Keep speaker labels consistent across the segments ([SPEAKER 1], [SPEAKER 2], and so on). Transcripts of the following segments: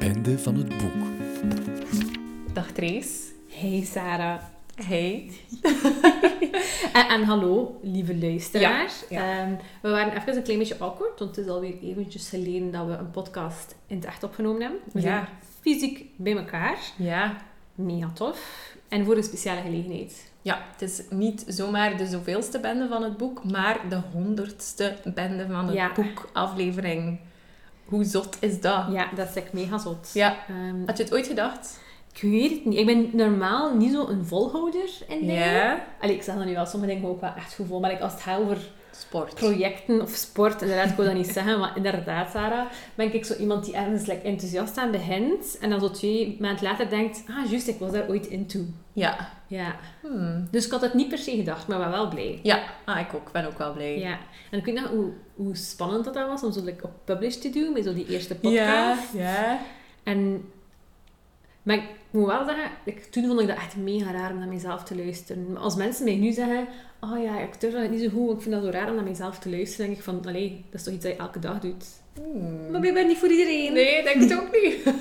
[SPEAKER 1] einde van het boek.
[SPEAKER 2] Dag Trace.
[SPEAKER 3] Hey Sarah.
[SPEAKER 2] Hey.
[SPEAKER 3] En, en hallo, lieve luisteraar.
[SPEAKER 2] Ja, ja.
[SPEAKER 3] Ehm, we waren even een klein beetje awkward, want het is alweer eventjes geleden dat we een podcast in het echt opgenomen hebben. We
[SPEAKER 2] Ja.
[SPEAKER 3] zijn fysiek bij elkaar.
[SPEAKER 2] Ja.
[SPEAKER 3] Mega tof. En voor een speciale gelegenheid.
[SPEAKER 2] Ja, het is niet zomaar de zoveelste bende van het boek, maar de honderdste bende van het
[SPEAKER 3] Ja.
[SPEAKER 2] boek aflevering. Hoe zot is dat?
[SPEAKER 3] Ja, dat is echt mega zot.
[SPEAKER 2] Ja.
[SPEAKER 3] Ehm,
[SPEAKER 2] Had je het ooit gedacht?
[SPEAKER 3] ik weet het niet. Ik ben normaal niet zo'n volhouder in dingen. Allee, ik zeg dan nu wel, sommige dingen ook wel echt goed vol. Maar ik als het gaat over
[SPEAKER 2] Sport.
[SPEAKER 3] projecten of sport, inderdaad, ik wil dat niet zeggen, maar inderdaad, Sarah, ben ik zo iemand die ergens like, enthousiast aan begint en dan zo twee maanden later denkt, ah, juist, ik was daar ooit in toe.
[SPEAKER 2] Ja.
[SPEAKER 3] Ja.
[SPEAKER 2] Hmm.
[SPEAKER 3] Dus ik had het niet per se gedacht, maar ben wel blij.
[SPEAKER 2] Ja, ah, ik ook. Ik ben ook wel blij.
[SPEAKER 3] Ja. En ik weet nog hoe, hoe spannend dat, dat was om zo like, op publish te doen, met zo die eerste podcast.
[SPEAKER 2] Ja. ja.
[SPEAKER 3] En... Maar ik moet wel zeggen, ik, toen vond ik dat echt mega raar om naar mezelf te luisteren. Maar als mensen mij nu zeggen, oh ja, ik durf dat niet zo goed, ik vind dat zo raar om naar mezelf te luisteren, denk ik van, allee, dat is toch iets dat je elke dag doet.
[SPEAKER 2] Hmm.
[SPEAKER 3] Maar blijkbaar niet voor iedereen.
[SPEAKER 2] Nee, denk het ook niet.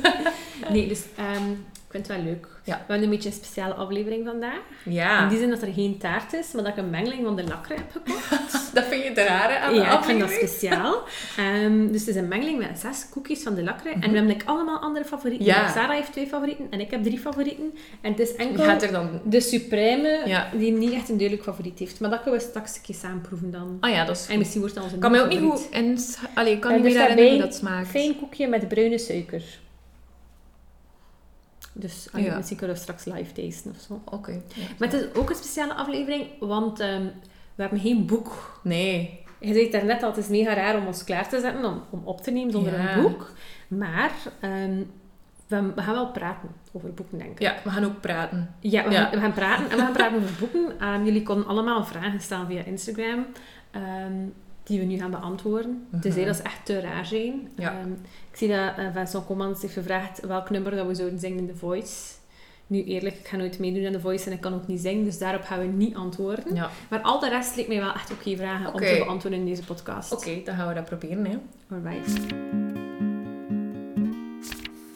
[SPEAKER 3] Nee, dus ehm, ik vind het wel leuk.
[SPEAKER 2] Ja. Ah.
[SPEAKER 3] We hebben een beetje een speciale aflevering vandaag. In
[SPEAKER 2] Ja.
[SPEAKER 3] die zin dat er geen taart is, maar dat ik een mengeling van de lakker heb gekocht.
[SPEAKER 2] Dat vind je het rare aan Ah, de
[SPEAKER 3] ja, ik vind dat
[SPEAKER 2] aflevering?
[SPEAKER 3] speciaal. Ehm, dus het is een mengeling met zes koekjes van de lakker. En we hebben like, allemaal andere favorieten.
[SPEAKER 2] Ja.
[SPEAKER 3] Sarah heeft twee favorieten en ik heb drie favorieten. En het is
[SPEAKER 2] Je
[SPEAKER 3] enkel
[SPEAKER 2] gaat er dan...
[SPEAKER 3] de supreme
[SPEAKER 2] Ja.
[SPEAKER 3] die niet echt een duidelijk favoriet heeft. Maar dat kunnen we straks een keer samenproeven dan.
[SPEAKER 2] Ah ja, dat is
[SPEAKER 3] En misschien wordt dat onze
[SPEAKER 2] Ik kan mij ook
[SPEAKER 3] nieuwe
[SPEAKER 2] niet dus
[SPEAKER 3] favoriet.
[SPEAKER 2] goed... En... Allee, ik kan
[SPEAKER 3] Er
[SPEAKER 2] niet meer
[SPEAKER 3] staat
[SPEAKER 2] herinneren hoe
[SPEAKER 3] bij
[SPEAKER 2] dat smaakt.
[SPEAKER 3] Fijn koekje met bruine suiker. Dus allee,
[SPEAKER 2] Ja.
[SPEAKER 3] misschien kunnen we straks live tasten of zo.
[SPEAKER 2] Oké.
[SPEAKER 3] Maar het is ook een speciale aflevering, want ehm, we hebben geen boek.
[SPEAKER 2] Nee.
[SPEAKER 3] Je zei het daarnet al, het is mega raar om ons klaar te zetten om, om op te nemen zonder
[SPEAKER 2] Ja.
[SPEAKER 3] een boek. Maar ehm, we, we gaan wel praten over boeken, denk ik.
[SPEAKER 2] Ja, we gaan ook praten.
[SPEAKER 3] Ja, we,
[SPEAKER 2] Ja.
[SPEAKER 3] Gaan, we gaan praten. En we gaan praten over boeken. Ehm, jullie konden allemaal vragen stellen via Instagram. ehm, die we nu gaan beantwoorden. Dus hé, dat is echt te raar zijn.
[SPEAKER 2] Mhm. Ja.
[SPEAKER 3] Ehm, ik zie dat eh, Vincent Commans heeft gevraagd welk nummer dat we zouden zingen in The Voice. Nu eerlijk, ik ga nooit meedoen aan The Voice en ik kan ook niet zingen. Dus daarop gaan we niet antwoorden.
[SPEAKER 2] Ja.
[SPEAKER 3] Maar al de rest leek mij wel echt oké vragen
[SPEAKER 2] Oké.
[SPEAKER 3] om te beantwoorden in deze podcast.
[SPEAKER 2] Oké, dan gaan we dat proberen, hè.
[SPEAKER 3] Alright.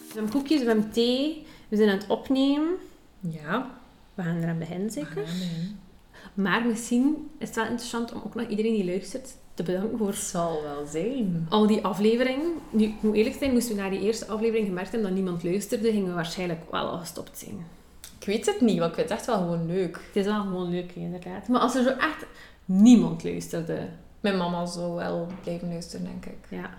[SPEAKER 3] We hebben koekjes, we hebben thee. We zijn aan het opnemen.
[SPEAKER 2] Ja.
[SPEAKER 3] We gaan eraan beginnen zeker.
[SPEAKER 2] Amen.
[SPEAKER 3] Maar misschien is het wel interessant om ook nog iedereen die luistert te bedanken voor
[SPEAKER 2] Het zal wel zijn.
[SPEAKER 3] al die afleveringen. Nu, ik moet eerlijk zijn, moesten we na die eerste aflevering gemerkt hebben dat niemand luisterde, gingen we waarschijnlijk wel al gestopt zijn.
[SPEAKER 2] Ik weet het niet, want ik vind het echt wel gewoon leuk.
[SPEAKER 3] Het is wel gewoon leuk, hè, inderdaad. Maar als er zo echt niemand luisterde,
[SPEAKER 2] Mijn mama zal wel blijven luisteren, denk ik.
[SPEAKER 3] ja.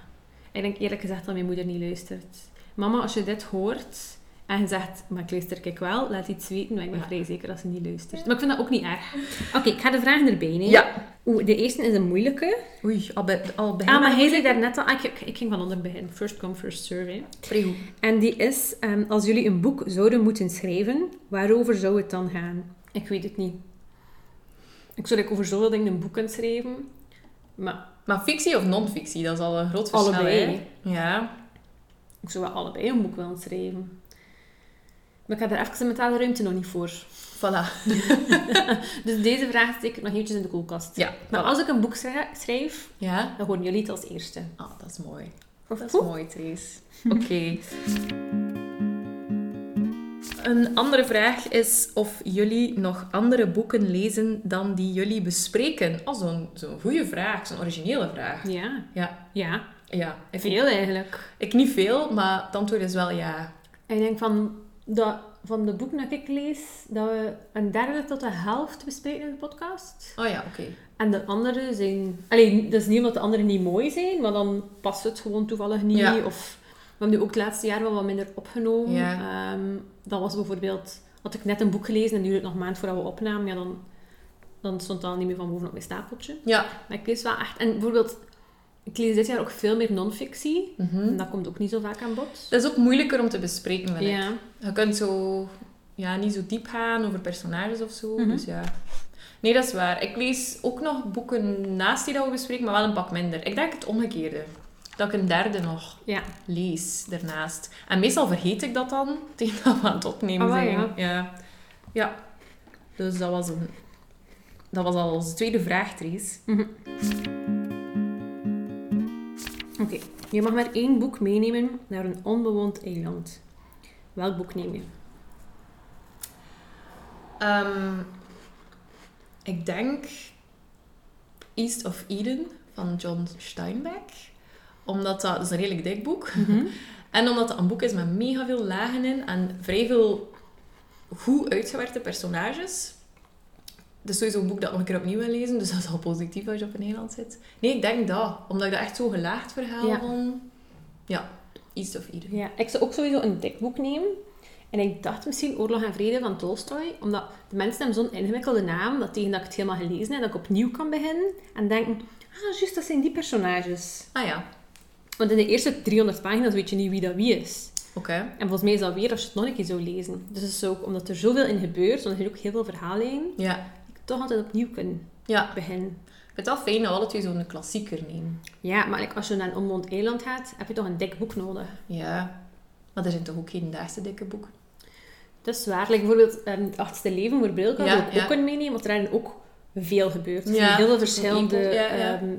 [SPEAKER 3] Ik denk eerlijk gezegd dat mijn moeder niet luistert. Mama, als je dit hoort en je zegt, maar ik luister ik wel, laat iets weten, maar ik ben
[SPEAKER 2] Ja.
[SPEAKER 3] vrij zeker dat ze niet luistert. Maar ik vind dat ook niet erg. Oké, ik ga de vragen erbij nemen.
[SPEAKER 2] Ja.
[SPEAKER 3] Oeh, de eerste is een moeilijke.
[SPEAKER 2] Oei, al, be, al begin
[SPEAKER 3] Ah, maar hij zei daarnet al... ah, ik, ik ging van onder het begin. First come, first serve. hè.
[SPEAKER 2] Pril.
[SPEAKER 3] En die is, ehm, als jullie een boek zouden moeten schrijven, waarover zou het dan gaan? Ik weet het niet. Ik zou like, over zoveel dingen een boek kunnen schrijven. Maar
[SPEAKER 2] Maar fictie of non-fictie, dat is al een groot verschil,
[SPEAKER 3] Allebei.
[SPEAKER 2] hè? Ja.
[SPEAKER 3] ik zou wel allebei een boek willen schrijven. Maar ik heb daar even de mentale ruimte nog niet voor.
[SPEAKER 2] Voilà.
[SPEAKER 3] Dus deze vraag steek ik nog eventjes in de koelkast.
[SPEAKER 2] Ja.
[SPEAKER 3] Maar
[SPEAKER 2] voilà.
[SPEAKER 3] als ik een boek schra- schrijf,
[SPEAKER 2] Ja?
[SPEAKER 3] dan horen jullie het als eerste.
[SPEAKER 2] Ah, dat is mooi.
[SPEAKER 3] Of
[SPEAKER 2] Dat is mooi, Therese. Oké. Een andere vraag is of jullie nog andere boeken lezen dan die jullie bespreken. Oh, zo'n zo'n goede vraag, zo'n originele vraag.
[SPEAKER 3] Ja.
[SPEAKER 2] Ja.
[SPEAKER 3] Ja.
[SPEAKER 2] Ja, ik,
[SPEAKER 3] Veel eigenlijk.
[SPEAKER 2] ik niet veel, maar het antwoord is wel ja.
[SPEAKER 3] En Ik denk van, dat, van de boeken dat ik lees, dat we een derde tot de helft bespreken in de podcast.
[SPEAKER 2] Oh ja, oké.
[SPEAKER 3] En de andere zijn... Alleen, dat is niet omdat de anderen niet mooi zijn, maar dan past het gewoon toevallig niet.
[SPEAKER 2] Ja.
[SPEAKER 3] Of we hebben nu ook het laatste jaar wel wat minder opgenomen.
[SPEAKER 2] Ja.
[SPEAKER 3] Ehm, dat was bijvoorbeeld... Had ik net een boek gelezen en duurde het nog een maand voordat we opnamen, ja, dan, dan stond dat al niet meer van boven op mijn stapeltje.
[SPEAKER 2] Ja.
[SPEAKER 3] Maar ik lees wel echt... En bijvoorbeeld, ik lees dit jaar ook veel meer non-fictie.
[SPEAKER 2] Mhm.
[SPEAKER 3] En dat komt ook niet zo vaak aan bod.
[SPEAKER 2] Dat is ook moeilijker om te bespreken, vind ik.
[SPEAKER 3] Ja.
[SPEAKER 2] Je kunt zo, ja, niet zo diep gaan over personages of zo.
[SPEAKER 3] Mhm.
[SPEAKER 2] Dus ja. Nee, dat is waar. Ik lees ook nog boeken naast die dat we bespreken, maar wel een pak minder. Ik denk het omgekeerde. Dat ik een derde nog
[SPEAKER 3] Ja.
[SPEAKER 2] lees daarnaast. En meestal vergeet ik dat dan tegen dat we aan het opnemen
[SPEAKER 3] Ah, wel,
[SPEAKER 2] zijn. Ja. ja. Dus dat was, een, dat was al onze tweede vraag, Therese.
[SPEAKER 3] Mhm. Oké, je mag maar één boek meenemen naar een onbewoond eiland. Welk boek neem je?
[SPEAKER 2] Ehm, ik denk East of Eden van John Steinbeck. Omdat dat, dat is een redelijk dik boek. En omdat het een boek is met mega veel lagen in en vrij veel goed uitgewerkte personages. Het is sowieso een boek dat ik nog een keer opnieuw wil lezen, dus dat is al positief als je op een eiland zit. Nee, ik denk dat. Omdat ik dat echt zo'n gelaagd verhaal
[SPEAKER 3] Ja.
[SPEAKER 2] vond. Ja, East of Eden.
[SPEAKER 3] Ja, ik zou ook sowieso een dik boek nemen. En ik dacht misschien Oorlog en Vrede van Tolstoy, omdat de mensen hebben zo'n ingewikkelde naam, dat tegen dat ik het helemaal gelezen heb, dat ik opnieuw kan beginnen en denken, ah, juist, dat zijn die personages.
[SPEAKER 2] Ah ja,
[SPEAKER 3] Want in de eerste 300 pagina's weet je niet wie dat wie is.
[SPEAKER 2] oké.
[SPEAKER 3] En volgens mij is dat weer als je het nog een keer zou lezen. Dus het is ook, omdat er zoveel in gebeurt, want er zijn ook heel veel verhalen,
[SPEAKER 2] Ja.
[SPEAKER 3] ik toch altijd opnieuw kunnen
[SPEAKER 2] ja,
[SPEAKER 3] beginnen.
[SPEAKER 2] ik vind het wel fijn dat we alle twee zo'n klassieker nemen.
[SPEAKER 3] Ja, maar like, als je naar een onbewoond eiland gaat, heb je toch een dik boek nodig.
[SPEAKER 2] Ja, maar er zijn toch ook geen daagse dikke boeken?
[SPEAKER 3] Dat is waar. Like bijvoorbeeld ehm, Het achtste leven voor Brilka
[SPEAKER 2] Ja,
[SPEAKER 3] zou ik
[SPEAKER 2] ja.
[SPEAKER 3] ook kunnen meenemen, want daarin ook veel gebeurt. Er
[SPEAKER 2] Ja,
[SPEAKER 3] zijn heel veel
[SPEAKER 2] dat is een
[SPEAKER 3] verschillende
[SPEAKER 2] e-book, ja, ja.
[SPEAKER 3] ehm,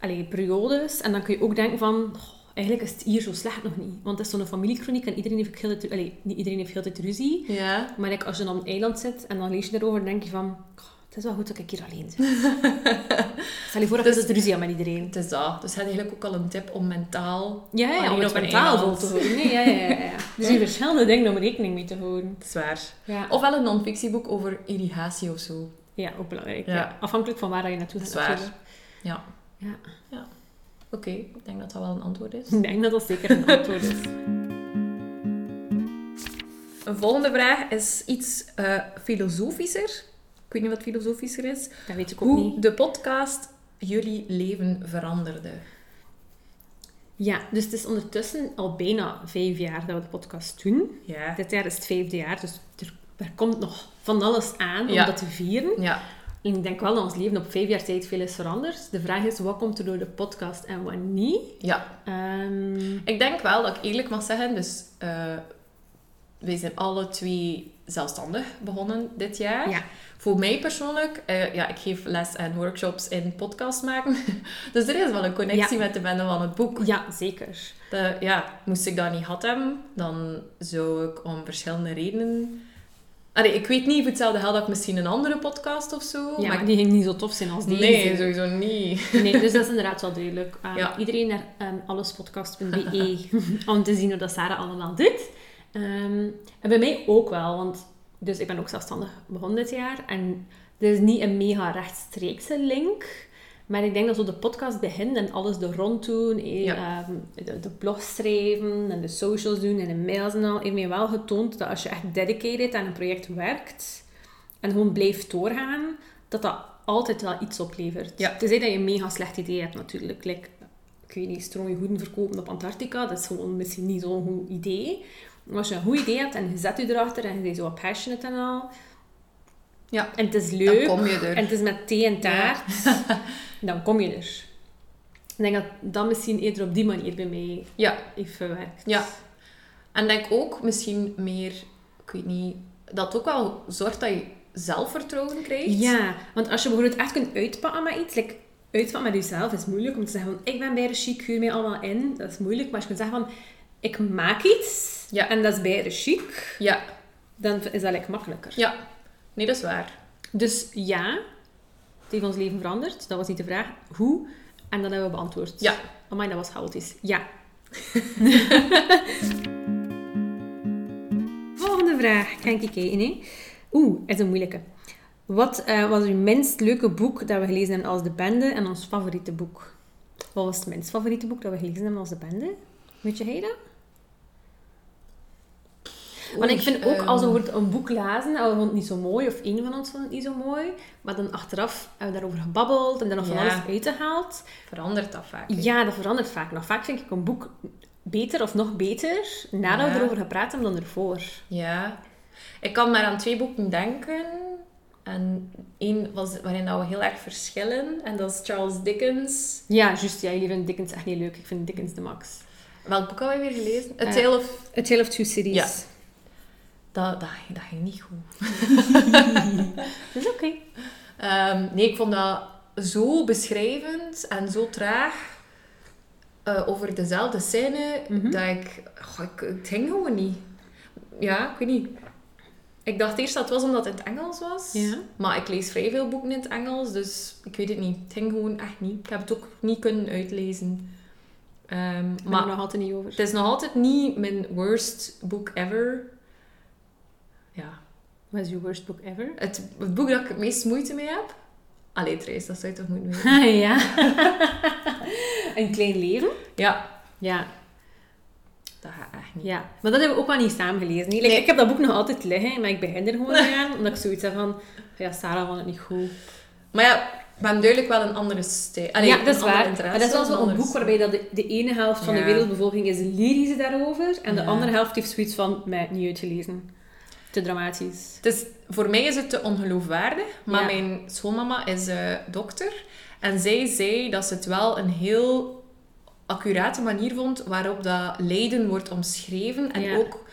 [SPEAKER 3] allee, periodes. En dan kun je ook denken van, "Goh, eigenlijk is het hier zo slecht nog niet. Want het is zo'n familiekroniek en iedereen heeft ook heel de tijd- allee, niet iedereen heeft heel de tijd ruzie.
[SPEAKER 2] Ja.
[SPEAKER 3] Maar like, als je dan op een eiland zit en dan lees je daarover, dan denk je van... "Goh, Het is wel goed dat ik hier alleen zit. Stel je voor dat je
[SPEAKER 2] Dus-
[SPEAKER 3] het ruzie hebt met iedereen.
[SPEAKER 2] Het is dat. Dus het is eigenlijk ook al een tip om mentaal...
[SPEAKER 3] Ja, ja,
[SPEAKER 2] Alleen
[SPEAKER 3] om het
[SPEAKER 2] op een
[SPEAKER 3] mentaal vol
[SPEAKER 2] eiland.
[SPEAKER 3] te houden. Nee, ja, ja, ja, ja. Dus die verschillende dingen om rekening mee te houden.
[SPEAKER 2] Zwaar.
[SPEAKER 3] Ja,
[SPEAKER 2] Ofwel een non-fictieboek over irrigatie of zo.
[SPEAKER 3] ja ook belangrijk.
[SPEAKER 2] Ja.
[SPEAKER 3] Ja. Afhankelijk van waar dat je naartoe gaat.
[SPEAKER 2] Dat is waar.
[SPEAKER 3] natuurlijk.
[SPEAKER 2] Ja.
[SPEAKER 3] Ja.
[SPEAKER 2] Ja. Oké, ik denk dat dat wel een antwoord is.
[SPEAKER 3] Ik denk dat dat zeker een antwoord is.
[SPEAKER 2] Een volgende vraag is iets eh, filosofischer. Ik weet niet wat filosofischer is.
[SPEAKER 3] Dat weet ik ook
[SPEAKER 2] Hoe
[SPEAKER 3] niet.
[SPEAKER 2] de podcast jullie leven veranderde.
[SPEAKER 3] Ja, dus het is ondertussen al bijna vijf jaar dat we de podcast doen.
[SPEAKER 2] Ja.
[SPEAKER 3] Dit jaar is het vijfde jaar, dus er, er komt nog van alles aan om
[SPEAKER 2] Ja.
[SPEAKER 3] dat te vieren.
[SPEAKER 2] Ja.
[SPEAKER 3] En ik denk wel dat ons leven op vijf jaar tijd veel is veranderd. De vraag is, wat komt er door de podcast en wat niet?
[SPEAKER 2] ja.
[SPEAKER 3] Ehm,
[SPEAKER 2] Ik denk wel dat ik eerlijk mag zeggen, dus eh, wij zijn alle twee zelfstandig begonnen dit jaar.
[SPEAKER 3] ja,
[SPEAKER 2] Voor mij persoonlijk, eh, ja, ik geef les en workshops in podcast maken. dus er is wel een connectie met de bende van het boek.
[SPEAKER 3] ja, zeker.
[SPEAKER 2] De- ja, moest ik dat niet gehad hebben, dan zou ik om verschillende redenen... Allee, ik weet niet, voor hetzelfde geld had ik misschien een andere podcast of zo.
[SPEAKER 3] Ja,
[SPEAKER 2] maar
[SPEAKER 3] maar die ging niet zo tof zijn als deze.
[SPEAKER 2] Oh nee, sowieso niet.
[SPEAKER 3] Nee, dus dat is inderdaad wel duidelijk. Ehm,
[SPEAKER 2] Ja.
[SPEAKER 3] Iedereen naar ehm, allespodcast.be E om te zien hoe dat Sarah allemaal doet. Ehm, en bij mij ook wel, want dus ik ben ook zelfstandig begonnen dit jaar. En er is niet een mega rechtstreekse link. Maar ik denk dat zo de podcast begint en alles er rond doen. eh,
[SPEAKER 2] Ja.
[SPEAKER 3] ehm, de, de blog schrijven en de socials doen en de mails en al. Heeft mij wel getoond dat als je echt dedicated aan een project werkt en gewoon blijft doorgaan, dat dat altijd wel iets oplevert.
[SPEAKER 2] Ja.
[SPEAKER 3] Tenzij dat je een mega slecht idee hebt natuurlijk. Like, ik weet niet, strooien hoeden verkopen op Antarctica, dat is gewoon misschien niet zo'n goed idee. Maar als je een goed idee hebt en je zet je erachter en je bent zo wat passionate en al.
[SPEAKER 2] Ja.
[SPEAKER 3] En het is
[SPEAKER 2] Dan
[SPEAKER 3] leuk.
[SPEAKER 2] kom je er.
[SPEAKER 3] En het is met thee en taart. Dan kom je er. Ik denk dat dat misschien eerder op die manier bij mij
[SPEAKER 2] Ja,
[SPEAKER 3] heeft verwerkt.
[SPEAKER 2] Ja. En denk ook misschien meer, ik weet niet, dat het ook wel zorgt dat je zelfvertrouwen krijgt.
[SPEAKER 3] Ja, want als je bijvoorbeeld echt kunt uitpakken met iets, like, uitpakken met jezelf is moeilijk om te zeggen van ik ben bij de chic, huur mij allemaal in. Dat is moeilijk, maar als je kunt zeggen van ik maak iets
[SPEAKER 2] Ja.
[SPEAKER 3] en dat is bij de chic,
[SPEAKER 2] Ja,
[SPEAKER 3] dan is dat like, makkelijker.
[SPEAKER 2] ja. Nee, dat is waar.
[SPEAKER 3] Dus ja, het heeft ons leven veranderd. Dat was niet de vraag. Hoe? En dat hebben we beantwoord.
[SPEAKER 2] Ja.
[SPEAKER 3] Amai, dat was chaotisch. Ja. Volgende vraag. Kijk ik in, hè. Oeh, is een moeilijke. Wat eh, was uw minst leuke boek dat we gelezen hebben als de bende en ons favoriete boek? Wat was het minst favoriete boek dat we gelezen hebben als de bende? Weet je jij dat? Want ik
[SPEAKER 2] Oei,
[SPEAKER 3] vind ook,
[SPEAKER 2] ehm,
[SPEAKER 3] als we bijvoorbeeld een boek lazen en we vonden het niet zo mooi, of één van ons vond het niet zo mooi, maar dan achteraf hebben we daarover gebabbeld en daar nog van
[SPEAKER 2] Ja.
[SPEAKER 3] alles uitgehaald.
[SPEAKER 2] ehm, Verandert dat vaak. hè?
[SPEAKER 3] Ja, dat verandert vaak nog. Vaak vind ik een boek beter of nog beter nadat
[SPEAKER 2] Ja.
[SPEAKER 3] we erover gepraat hebben dan ervoor.
[SPEAKER 2] Ja. Ik kan maar aan twee boeken denken. En één was waarin dat we heel erg verschillen. En dat is Charles Dickens.
[SPEAKER 3] Ja, juist. Ja, jullie vinden Dickens echt niet leuk. Ik vind Dickens de max.
[SPEAKER 2] Welk boek hadden we weer gelezen? A
[SPEAKER 3] Eh.
[SPEAKER 2] Tale of...
[SPEAKER 3] A Tale of Two Cities.
[SPEAKER 2] Ja. Dat, dat, dat ging niet goed.
[SPEAKER 3] Dat is oké.
[SPEAKER 2] Ehm, nee, ik vond dat zo beschrijvend en zo traag. eh, over dezelfde scène
[SPEAKER 3] Mhm.
[SPEAKER 2] dat ik, goh, ik... Het ging gewoon niet. Ja, ik weet niet. Ik dacht eerst dat het was omdat het in het Engels was.
[SPEAKER 3] Ja.
[SPEAKER 2] Maar ik lees vrij veel boeken in het Engels, dus ik weet het niet. Het ging gewoon echt niet. Ik heb het ook niet kunnen uitlezen. Ehm,
[SPEAKER 3] Ik ben
[SPEAKER 2] maar
[SPEAKER 3] er nog altijd niet over.
[SPEAKER 2] het is nog altijd niet mijn worst boek ever. Ja.
[SPEAKER 3] What is your worst book ever?
[SPEAKER 2] Het, het boek dat ik het meest moeite mee heb... Allee, Therese, dat zou je toch moeten weten?
[SPEAKER 3] ja. een klein leven.
[SPEAKER 2] ja,
[SPEAKER 3] Ja,
[SPEAKER 2] dat gaat echt niet.
[SPEAKER 3] ja. Maar dat hebben we ook wel niet samen gelezen. niet? Like,
[SPEAKER 2] Nee.
[SPEAKER 3] Ik heb dat boek nog altijd liggen, maar ik begin er gewoon niet aan. Omdat ik zoiets heb van, ja, Sarah vond het niet goed.
[SPEAKER 2] Maar ja, ik ben duidelijk wel een andere stijl. Allee,
[SPEAKER 3] ja, dat is
[SPEAKER 2] een andere
[SPEAKER 3] waar.
[SPEAKER 2] interesse,
[SPEAKER 3] Maar dat is wel
[SPEAKER 2] een
[SPEAKER 3] zo'n
[SPEAKER 2] ander
[SPEAKER 3] boek waarbij dat de, de ene helft van de
[SPEAKER 2] Ja.
[SPEAKER 3] wereldbevolking is lyrisch daarover. En de
[SPEAKER 2] Ja.
[SPEAKER 3] andere helft heeft zoiets van, mij niet uitgelezen. Te dramatisch.
[SPEAKER 2] Het is, voor mij is het te ongeloofwaardig, maar
[SPEAKER 3] Ja.
[SPEAKER 2] mijn schoonmama is eh, dokter. En zij zei dat ze het wel een heel accurate manier vond waarop dat lijden wordt omschreven. En
[SPEAKER 3] Ja.
[SPEAKER 2] ook,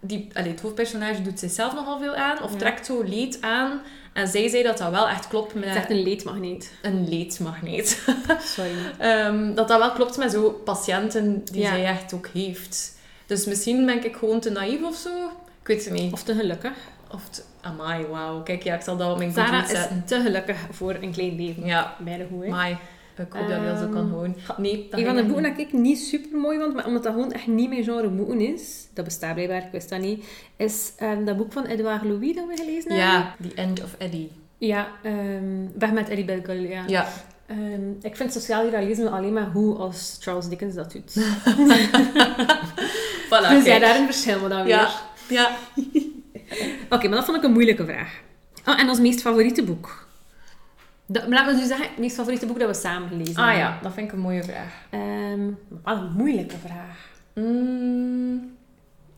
[SPEAKER 2] die, allee, het hoofdpersonage doet zichzelf nogal veel aan, of
[SPEAKER 3] Ja.
[SPEAKER 2] trekt zo leed aan. En zij zei dat dat wel echt klopt
[SPEAKER 3] Het is echt
[SPEAKER 2] met
[SPEAKER 3] een leedmagneet.
[SPEAKER 2] een leedmagneet.
[SPEAKER 3] Sorry.
[SPEAKER 2] Ehm, dat dat wel klopt met zo patiënten die
[SPEAKER 3] Ja.
[SPEAKER 2] zij echt ook heeft. Dus misschien ben ik gewoon te naïef of zo. Ik weet het niet.
[SPEAKER 3] Of te gelukkig.
[SPEAKER 2] Of het, amai, wauw. Kijk, ja, ik zal dat op mijn
[SPEAKER 3] Sarah
[SPEAKER 2] goodreads
[SPEAKER 3] is
[SPEAKER 2] zetten.
[SPEAKER 3] te gelukkig voor een klein leven.
[SPEAKER 2] Ja,
[SPEAKER 3] Bij de hoe, hè.
[SPEAKER 2] amai. Ik hoop dat je dat zo kan
[SPEAKER 3] Ehm,
[SPEAKER 2] horen. Nee, dat
[SPEAKER 3] Een van
[SPEAKER 2] ging
[SPEAKER 3] de boeken
[SPEAKER 2] niet.
[SPEAKER 3] dat ik niet super mooi vond, maar omdat dat gewoon echt niet mijn genre boeken is, dat bestaat blijkbaar, ik wist dat niet, is ehm, dat boek van Edouard Louis dat we gelezen hebben.
[SPEAKER 2] Ja, The End of Eddie.
[SPEAKER 3] Ja, ehm, Weg met Eddie Belgul, ja.
[SPEAKER 2] Ja.
[SPEAKER 3] Ehm, ik vind sociaal realisme alleen maar hoe als Charles Dickens dat doet.
[SPEAKER 2] Voilà,
[SPEAKER 3] dus ja,
[SPEAKER 2] kijk.
[SPEAKER 3] daar een verschil dan weer.
[SPEAKER 2] Ja. Ja.
[SPEAKER 3] Oké, maar dat vond ik een moeilijke vraag. Oh, en ons meest favoriete boek. Dat, maar laten we dus zeggen, het meest favoriete boek dat we samen gelezen
[SPEAKER 2] Ah
[SPEAKER 3] hebben.
[SPEAKER 2] ja, dat vind ik een mooie vraag.
[SPEAKER 3] Ehm, wat een moeilijke vraag.
[SPEAKER 2] Mm,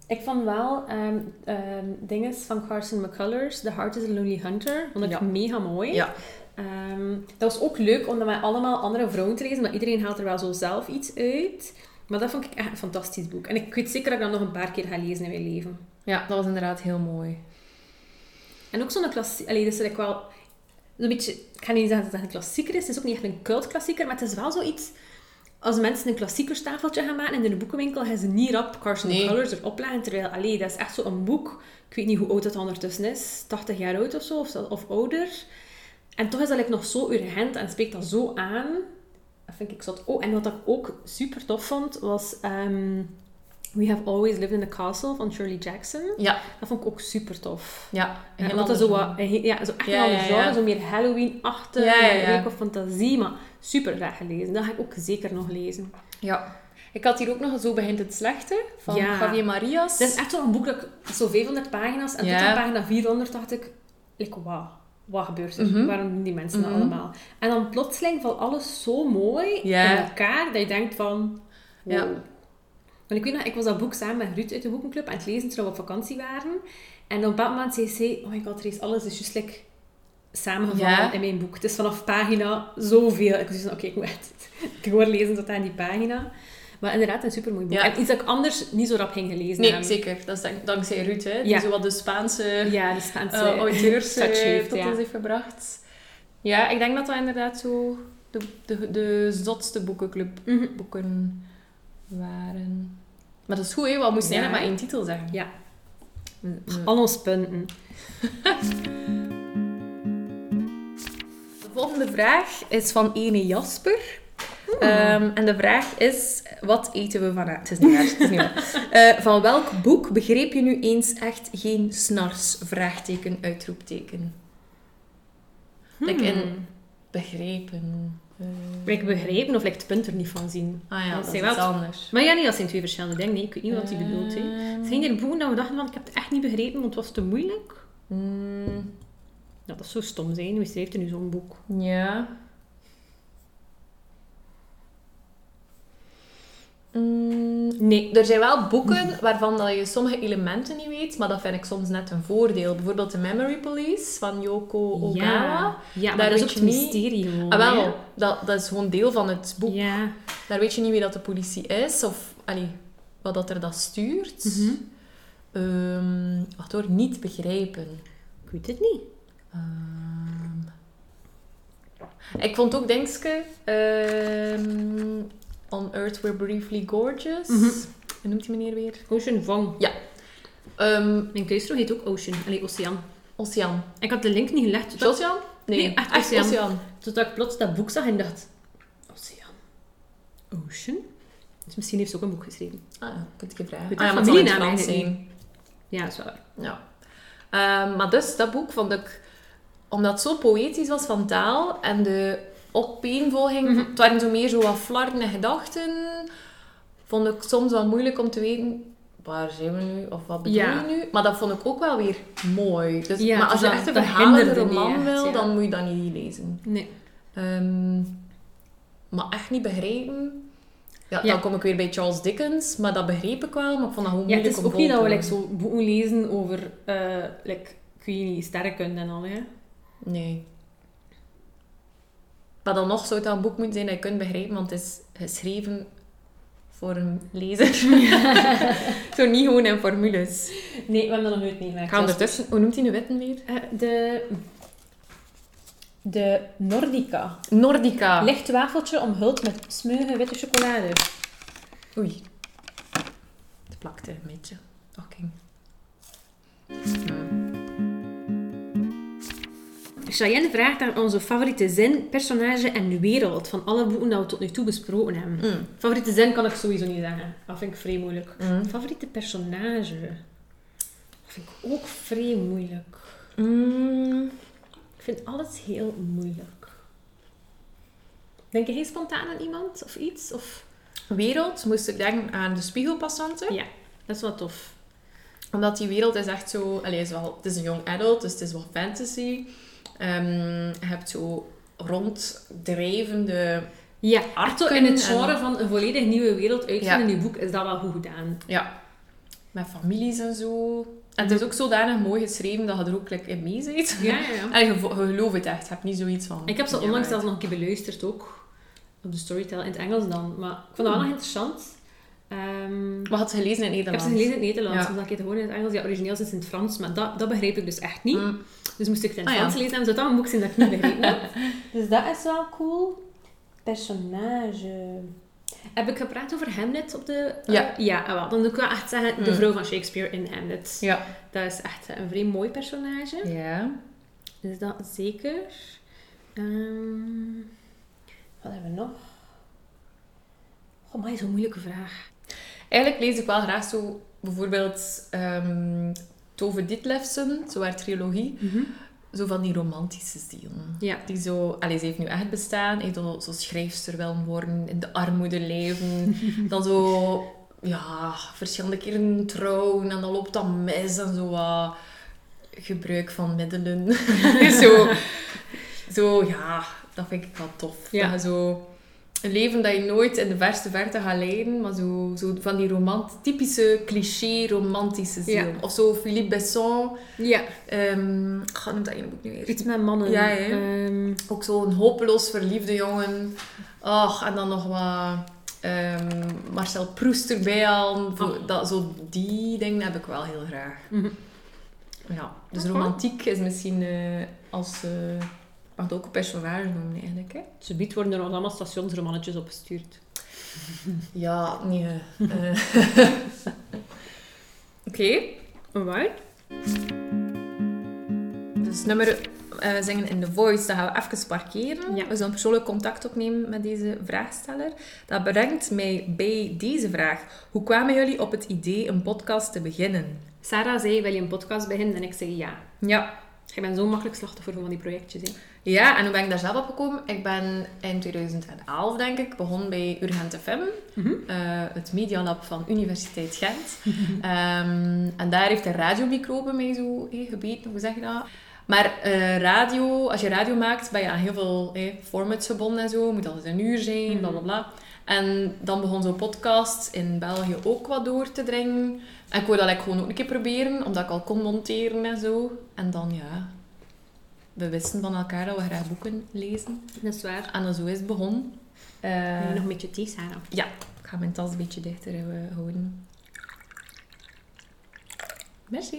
[SPEAKER 3] Ik vond wel ehm ehm, dinges van Carson McCullers, The Heart is a Lonely Hunter, vond ik
[SPEAKER 2] Ja.
[SPEAKER 3] mega mooi.
[SPEAKER 2] Ja.
[SPEAKER 3] Ehm, dat was ook leuk om dat met allemaal andere vrouwen te lezen, maar iedereen haalt er wel zo zelf iets uit. Maar dat vond ik echt een fantastisch boek. En ik weet zeker dat ik dat nog een paar keer ga lezen in mijn leven.
[SPEAKER 2] ja, dat was inderdaad heel mooi.
[SPEAKER 3] En ook zo'n klassiek... Allee, dus dat ik wel... Een beetje... Ik ga niet zeggen dat het een klassieker is. Het is ook niet echt een cultklassieker, maar het is wel zoiets... Als mensen een klassiekerstafeltje gaan maken in de boekenwinkel, gaan ze niet rap Carson
[SPEAKER 2] Nee.
[SPEAKER 3] McCullers erop leggen. Terwijl, allee, dat is echt zo'n boek. Ik weet niet hoe oud dat ondertussen is. 80 jaar oud of zo, of, zo- of ouder. En toch is dat like, nog zo urgent en spreekt dat zo aan. Dat vind ik zot. Oh, en wat ik ook super tof vond, was... ehm, We Have Always Lived in a Castle van Shirley Jackson.
[SPEAKER 2] Ja.
[SPEAKER 3] Dat vond ik ook super tof.
[SPEAKER 2] Ja,
[SPEAKER 3] Ja,
[SPEAKER 2] heel
[SPEAKER 3] omdat
[SPEAKER 2] ander
[SPEAKER 3] dat zo
[SPEAKER 2] boek.
[SPEAKER 3] wat, een he- ja, zo echt
[SPEAKER 2] Ja,
[SPEAKER 3] een ander
[SPEAKER 2] ja,
[SPEAKER 3] genre,
[SPEAKER 2] ja.
[SPEAKER 3] zo meer Halloween-achtig,
[SPEAKER 2] Ja,
[SPEAKER 3] ja,
[SPEAKER 2] ja, ja.
[SPEAKER 3] of fantasie, maar super graag gelezen. Dat ga ik ook zeker nog lezen.
[SPEAKER 2] Ja. Ik had hier ook nog Zo begint het slechte van
[SPEAKER 3] Ja.
[SPEAKER 2] Javier Marias.
[SPEAKER 3] Het is echt zo'n boek dat ik zo 500 pagina's en
[SPEAKER 2] Ja.
[SPEAKER 3] tot aan pagina 400 dacht ik, like, wauw, wat gebeurt er?
[SPEAKER 2] Mhm.
[SPEAKER 3] Waarom doen die mensen dat
[SPEAKER 2] Mhm.
[SPEAKER 3] allemaal? En dan plotseling valt alles zo mooi
[SPEAKER 2] Ja.
[SPEAKER 3] in elkaar dat je denkt van, wow.
[SPEAKER 2] Ja.
[SPEAKER 3] Want ik weet nog, ik was dat boek samen met Ruud uit de boekenclub aan het lezen terwijl we op vakantie waren. En op een bepaald moment zei ze, oh my god, Therese, alles is just like samengevallen
[SPEAKER 2] Ja.
[SPEAKER 3] in mijn boek. Het is vanaf pagina zoveel. Ik was dus van, oké, ik moet echt doorlezen tot aan die pagina. Maar inderdaad, een supermooi boek.
[SPEAKER 2] Ja.
[SPEAKER 3] En iets dat ik anders niet zo rap ging gelezen
[SPEAKER 2] Nee,
[SPEAKER 3] hebben.
[SPEAKER 2] zeker. Dat is dank- dankzij Ruud, hè. Die
[SPEAKER 3] Ja.
[SPEAKER 2] zo wat de Spaanse
[SPEAKER 3] Ja, die staan
[SPEAKER 2] eh,
[SPEAKER 3] ze.
[SPEAKER 2] auteurs eh,
[SPEAKER 3] touch heeft,
[SPEAKER 2] tot
[SPEAKER 3] ja.
[SPEAKER 2] ons heeft gebracht. Ja, ik denk dat dat inderdaad zo de, de, de zotste boekenclub
[SPEAKER 3] Mhm.
[SPEAKER 2] boeken waren. Maar dat is goed, hè? Want we moesten
[SPEAKER 3] Ja.
[SPEAKER 2] eigenlijk maar één titel zeggen.
[SPEAKER 3] Ja.
[SPEAKER 2] Mm, mm.
[SPEAKER 3] Hm. Al onze punten.
[SPEAKER 2] De volgende vraag is van ene Jasper. Ehm, en de vraag is, wat eten we vanavond? Het is niet waar, het is niet waar. Eh, van welk boek begreep je nu eens echt geen snars? Vraagteken, uitroepteken. Like in- Begrepen. Eh,
[SPEAKER 3] Ik begrepen of ik het punt er niet van zien.
[SPEAKER 2] Ah ja,
[SPEAKER 3] Want
[SPEAKER 2] dat is
[SPEAKER 3] zij
[SPEAKER 2] iets
[SPEAKER 3] wel-
[SPEAKER 2] anders.
[SPEAKER 3] Maar ja, nee, dat zijn twee verschillende dingen. Nee, ik weet niet wat hij bedoelt. Hè.
[SPEAKER 2] Ehm,
[SPEAKER 3] Het zijn er boeken dat we dachten van, ik heb het echt niet begrepen, want het was te moeilijk.
[SPEAKER 2] mm,
[SPEAKER 3] Ja, dat is zo stom zijn. Wie schrijft er nu zo'n boek?
[SPEAKER 2] ja. Mm,
[SPEAKER 3] Nee.
[SPEAKER 2] Er zijn wel boeken waarvan dat je sommige elementen niet weet, maar dat vind ik soms net een voordeel. Bijvoorbeeld The Memory Police van Yoko Ogawa.
[SPEAKER 3] Ja, ja maar
[SPEAKER 2] Daar
[SPEAKER 3] dat is
[SPEAKER 2] weet
[SPEAKER 3] ook
[SPEAKER 2] je
[SPEAKER 3] het mysterie gewoon.
[SPEAKER 2] Ah,
[SPEAKER 3] hè.
[SPEAKER 2] wel, dat, dat is gewoon deel van het boek.
[SPEAKER 3] Ja.
[SPEAKER 2] Daar weet je niet wie dat de politie is of allee, wat dat er dat stuurt.
[SPEAKER 3] Mhm.
[SPEAKER 2] Ehm, wacht hoor, niet begrijpen.
[SPEAKER 3] Ik weet het niet.
[SPEAKER 2] Ehm, ik vond ook, denk ik, ehm, On Earth We're Briefly Gorgeous.
[SPEAKER 3] Mhm.
[SPEAKER 2] Hoe noemt die meneer weer?
[SPEAKER 3] Ocean Vong.
[SPEAKER 2] Ehm
[SPEAKER 3] Mijn kruisroog heet ook Ocean. Allee, Oceaan.
[SPEAKER 2] Oceaan.
[SPEAKER 3] Ik had de link niet gelegd. dus Totdat,
[SPEAKER 2] Oceaan? Nee,
[SPEAKER 3] Nee, echt Oceaan. totdat ik plots dat boek zag en dacht... Oceaan. Ocean? Dus misschien heeft ze ook een boek geschreven.
[SPEAKER 2] Ah, ja, kunt ik je vragen.
[SPEAKER 3] Goed,
[SPEAKER 2] Ah ja,
[SPEAKER 3] hè,
[SPEAKER 2] maar het zal in het
[SPEAKER 3] familienaam
[SPEAKER 2] Frans
[SPEAKER 3] eigenlijk
[SPEAKER 2] zijn.
[SPEAKER 3] Ja, dat is wel waar.
[SPEAKER 2] Ja. Ehm, maar dus, dat boek vond ik... Omdat het zo poëtisch was van taal en de opeenvolging...
[SPEAKER 3] Mhm.
[SPEAKER 2] Het waren zo meer zo wat flarden en gedachten. Vond ik soms wel moeilijk om te weten... Waar zijn we nu? Of wat bedoel
[SPEAKER 3] Ja.
[SPEAKER 2] je nu? Maar dat vond ik ook wel weer mooi. Dus,
[SPEAKER 3] Ja,
[SPEAKER 2] maar als je
[SPEAKER 3] dus
[SPEAKER 2] echt
[SPEAKER 3] dat-
[SPEAKER 2] een
[SPEAKER 3] dat
[SPEAKER 2] verhalende
[SPEAKER 3] hinderde niet
[SPEAKER 2] roman
[SPEAKER 3] echt,
[SPEAKER 2] wil,
[SPEAKER 3] ja.
[SPEAKER 2] dan moet je dat niet lezen.
[SPEAKER 3] Nee.
[SPEAKER 2] Ehm, maar echt niet begrijpen. Ja,
[SPEAKER 3] Ja.
[SPEAKER 2] dan kom ik weer bij Charles Dickens, maar dat begreep ik wel, maar ik vond dat gewoon
[SPEAKER 3] Ja, het
[SPEAKER 2] moeilijk
[SPEAKER 3] is
[SPEAKER 2] om
[SPEAKER 3] ook niet
[SPEAKER 2] vol
[SPEAKER 3] dat we
[SPEAKER 2] te
[SPEAKER 3] like, zo boeken lezen over... eh like, ik weet niet, sterrenkunde en al, hè.
[SPEAKER 2] houden. Nee. Maar dan nog zou het wel een boek moeten zijn dat je kunt begrijpen, want het is geschreven voor een lezer. zo niet gewoon in formules.
[SPEAKER 3] Nee, we hebben dat nog nooit meegemaakt.
[SPEAKER 2] Ik ga ondertussen... Hoe noemt die nu witten weer?
[SPEAKER 3] Eh, de... De Nordica.
[SPEAKER 2] Nordica.
[SPEAKER 3] Licht wafeltje omhuld met smeuïge witte chocolade.
[SPEAKER 2] Oei. Het plakte een beetje. Oké.
[SPEAKER 3] Cheyenne vraagt naar onze favoriete zin, personage en wereld van alle boeken dat we tot nu toe besproken hebben.
[SPEAKER 2] Mm.
[SPEAKER 3] Favoriete zin kan ik sowieso niet zeggen. Dat vind ik vrij moeilijk.
[SPEAKER 2] Mm.
[SPEAKER 3] Favoriete personage? Dat vind ik ook vrij moeilijk.
[SPEAKER 2] Mm.
[SPEAKER 3] Ik vind alles heel moeilijk. Denk je heel spontaan aan iemand of iets? Of...
[SPEAKER 2] Wereld moest ik denken aan de spiegelpassanten.
[SPEAKER 3] Ja, dat is wel tof.
[SPEAKER 2] Omdat die wereld is echt zo... Allee, is wel, het is een young adult, dus het is wel fantasy. Ehm, je hebt zo ronddrijvende...
[SPEAKER 3] Ja,
[SPEAKER 2] Arken
[SPEAKER 3] in het
[SPEAKER 2] en-
[SPEAKER 3] genre van een volledig nieuwe wereld uitvinden
[SPEAKER 2] Ja.
[SPEAKER 3] in je boek is dat wel goed gedaan.
[SPEAKER 2] Ja. Met families en zo. En het is ook zodanig mooi geschreven dat je er ook like, in mee zit.
[SPEAKER 3] Ja, ja, ja.
[SPEAKER 2] En je, vo- je gelooft het echt. Je hebt niet zoiets van...
[SPEAKER 3] Ik heb ze
[SPEAKER 2] ja,
[SPEAKER 3] onlangs
[SPEAKER 2] maar-
[SPEAKER 3] zelfs nog een keer beluisterd ook. Op de Storytel, in het Engels dan. Maar ik vond dat wel
[SPEAKER 2] Hmm.
[SPEAKER 3] nog interessant. Ehm,
[SPEAKER 2] Maar had ze gelezen in het
[SPEAKER 3] ik heb
[SPEAKER 2] Nederlands?
[SPEAKER 3] ze gelezen in het Nederlands,
[SPEAKER 2] Ja.
[SPEAKER 3] omdat ik het gewoon in het Engels... Ja, origineel is het in het Frans, maar dat, dat begreep ik dus echt niet.
[SPEAKER 2] Mm.
[SPEAKER 3] Dus moest ik het in het
[SPEAKER 2] Ah, ja.
[SPEAKER 3] Frans lezen en zou dat een boek zijn dat ik niet begreep had. Dus dat is wel cool. Personage... Heb ik gepraat over Hamlet op de... eh,
[SPEAKER 2] Ja.
[SPEAKER 3] ja, ah, wel. Dan doe ik wel echt zeggen, de
[SPEAKER 2] Mm.
[SPEAKER 3] vrouw van Shakespeare in Hamlet.
[SPEAKER 2] Ja.
[SPEAKER 3] Dat is echt eh, een vrij mooi personage.
[SPEAKER 2] Ja.
[SPEAKER 3] Dus dat zeker. Ehm, wat hebben we nog? Oh, maar zo'n moeilijke vraag.
[SPEAKER 2] Eigenlijk lees ik wel graag zo bijvoorbeeld ehm Tove Ditlevsen, zo haar trilogie. Zo van die romantische zielen.
[SPEAKER 3] Ja.
[SPEAKER 2] Die zo, allee, ze heeft nu echt bestaan, heeft al zo schrijfster willen worden, in de armoede leven. dan zo, ja, verschillende keren trouwen en dan loopt dat mis en zo wat gebruik van middelen. zo, zo, ja, dat vind ik wel tof.
[SPEAKER 3] Ja.
[SPEAKER 2] Dat je zo een leven dat je nooit in de verste verte gaat leiden, maar zo, zo van die romant, typische cliché romantische ziel.
[SPEAKER 3] Ja.
[SPEAKER 2] Of zo Philippe Besson,
[SPEAKER 3] Ja,
[SPEAKER 2] ehm ik ga noem dat ene boek nu weer
[SPEAKER 3] iets met mannen.
[SPEAKER 2] Ja, hè?
[SPEAKER 3] Ehm,
[SPEAKER 2] ook zo'n hopeloos verliefde jongen. Ach, en dan nog wat ehm, Marcel Proust erbij al. Zo-
[SPEAKER 3] Ah.
[SPEAKER 2] Dat, zo die dingen heb ik wel heel graag.
[SPEAKER 3] mhm.
[SPEAKER 2] Ja, dus
[SPEAKER 3] Oké.
[SPEAKER 2] romantiek is misschien eh, als... eh, ik mag het ook een personage noemen eigenlijk, hè?
[SPEAKER 3] Ze biedt worden er nog allemaal stationsromannetjes opgestuurd.
[SPEAKER 2] Ja, nee. eh, eh. Oké.
[SPEAKER 3] Waar?
[SPEAKER 2] Dus nummer eh, zingen in The Voice, dat gaan we even parkeren.
[SPEAKER 3] Ja.
[SPEAKER 2] We zullen persoonlijk contact opnemen met deze vraagsteller. Dat brengt mij bij deze vraag. Hoe kwamen jullie op het idee een podcast te beginnen?
[SPEAKER 3] Sarah zei, wil je een podcast beginnen? En ik zei ja.
[SPEAKER 2] Ja.
[SPEAKER 3] Ik ben zo makkelijk slachtoffer van die projectjes. Hè.
[SPEAKER 2] Ja, en hoe ben ik daar zelf op gekomen? Ik ben in 2011, denk ik, begonnen bij Urgent FM.
[SPEAKER 3] Mhm.
[SPEAKER 2] eh, het medialab van Universiteit Gent. Ehm, en daar heeft de radiomicrobe mee zo eh, gebeten, hoe zeg je dat? Maar eh, radio, als je radio maakt, ben je aan heel veel eh, formats gebonden en zo. Moet altijd een uur zijn, bla bla bla. En dan begon zo'n podcast in België ook wat door te dringen. En ik wou dat eigenlijk gewoon ook een keer proberen, omdat ik al kon monteren en zo. En dan ja, we wisten van elkaar dat we graag boeken lezen.
[SPEAKER 3] Dat is waar.
[SPEAKER 2] En dan zo is het begonnen. Eh,
[SPEAKER 3] Nog een beetje thee, Sarah.
[SPEAKER 2] ja, ik ga mijn tas een beetje dichter eh, houden. Merci.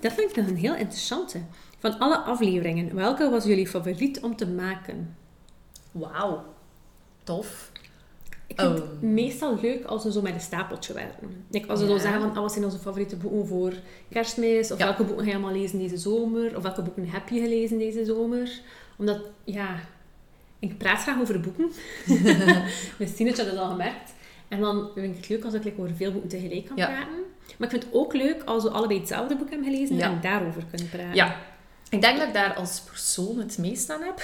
[SPEAKER 3] Dat vind ik nog een heel interessante. Van alle afleveringen, welke was jullie favoriet om te maken?
[SPEAKER 2] wauw, tof.
[SPEAKER 3] Ik vind
[SPEAKER 2] Oh.
[SPEAKER 3] het meestal leuk als we zo met een stapeltje werken. Ik, als we zo
[SPEAKER 2] Ja.
[SPEAKER 3] zeggen van, ah, wat zijn onze favoriete boeken voor kerstmis? Of
[SPEAKER 2] Ja.
[SPEAKER 3] welke boeken ga je allemaal lezen deze zomer? Of welke boeken heb je gelezen deze zomer? Omdat, ja, ik praat graag over boeken. Misschien had je dat al gemerkt. En dan vind ik het leuk als ik like, over veel boeken tegelijk kan
[SPEAKER 2] Ja.
[SPEAKER 3] praten. Maar ik vind het ook leuk als we allebei hetzelfde boek hebben gelezen
[SPEAKER 2] Ja.
[SPEAKER 3] en daarover kunnen praten.
[SPEAKER 2] Ja. Ik denk dat ik daar als persoon het meest aan heb.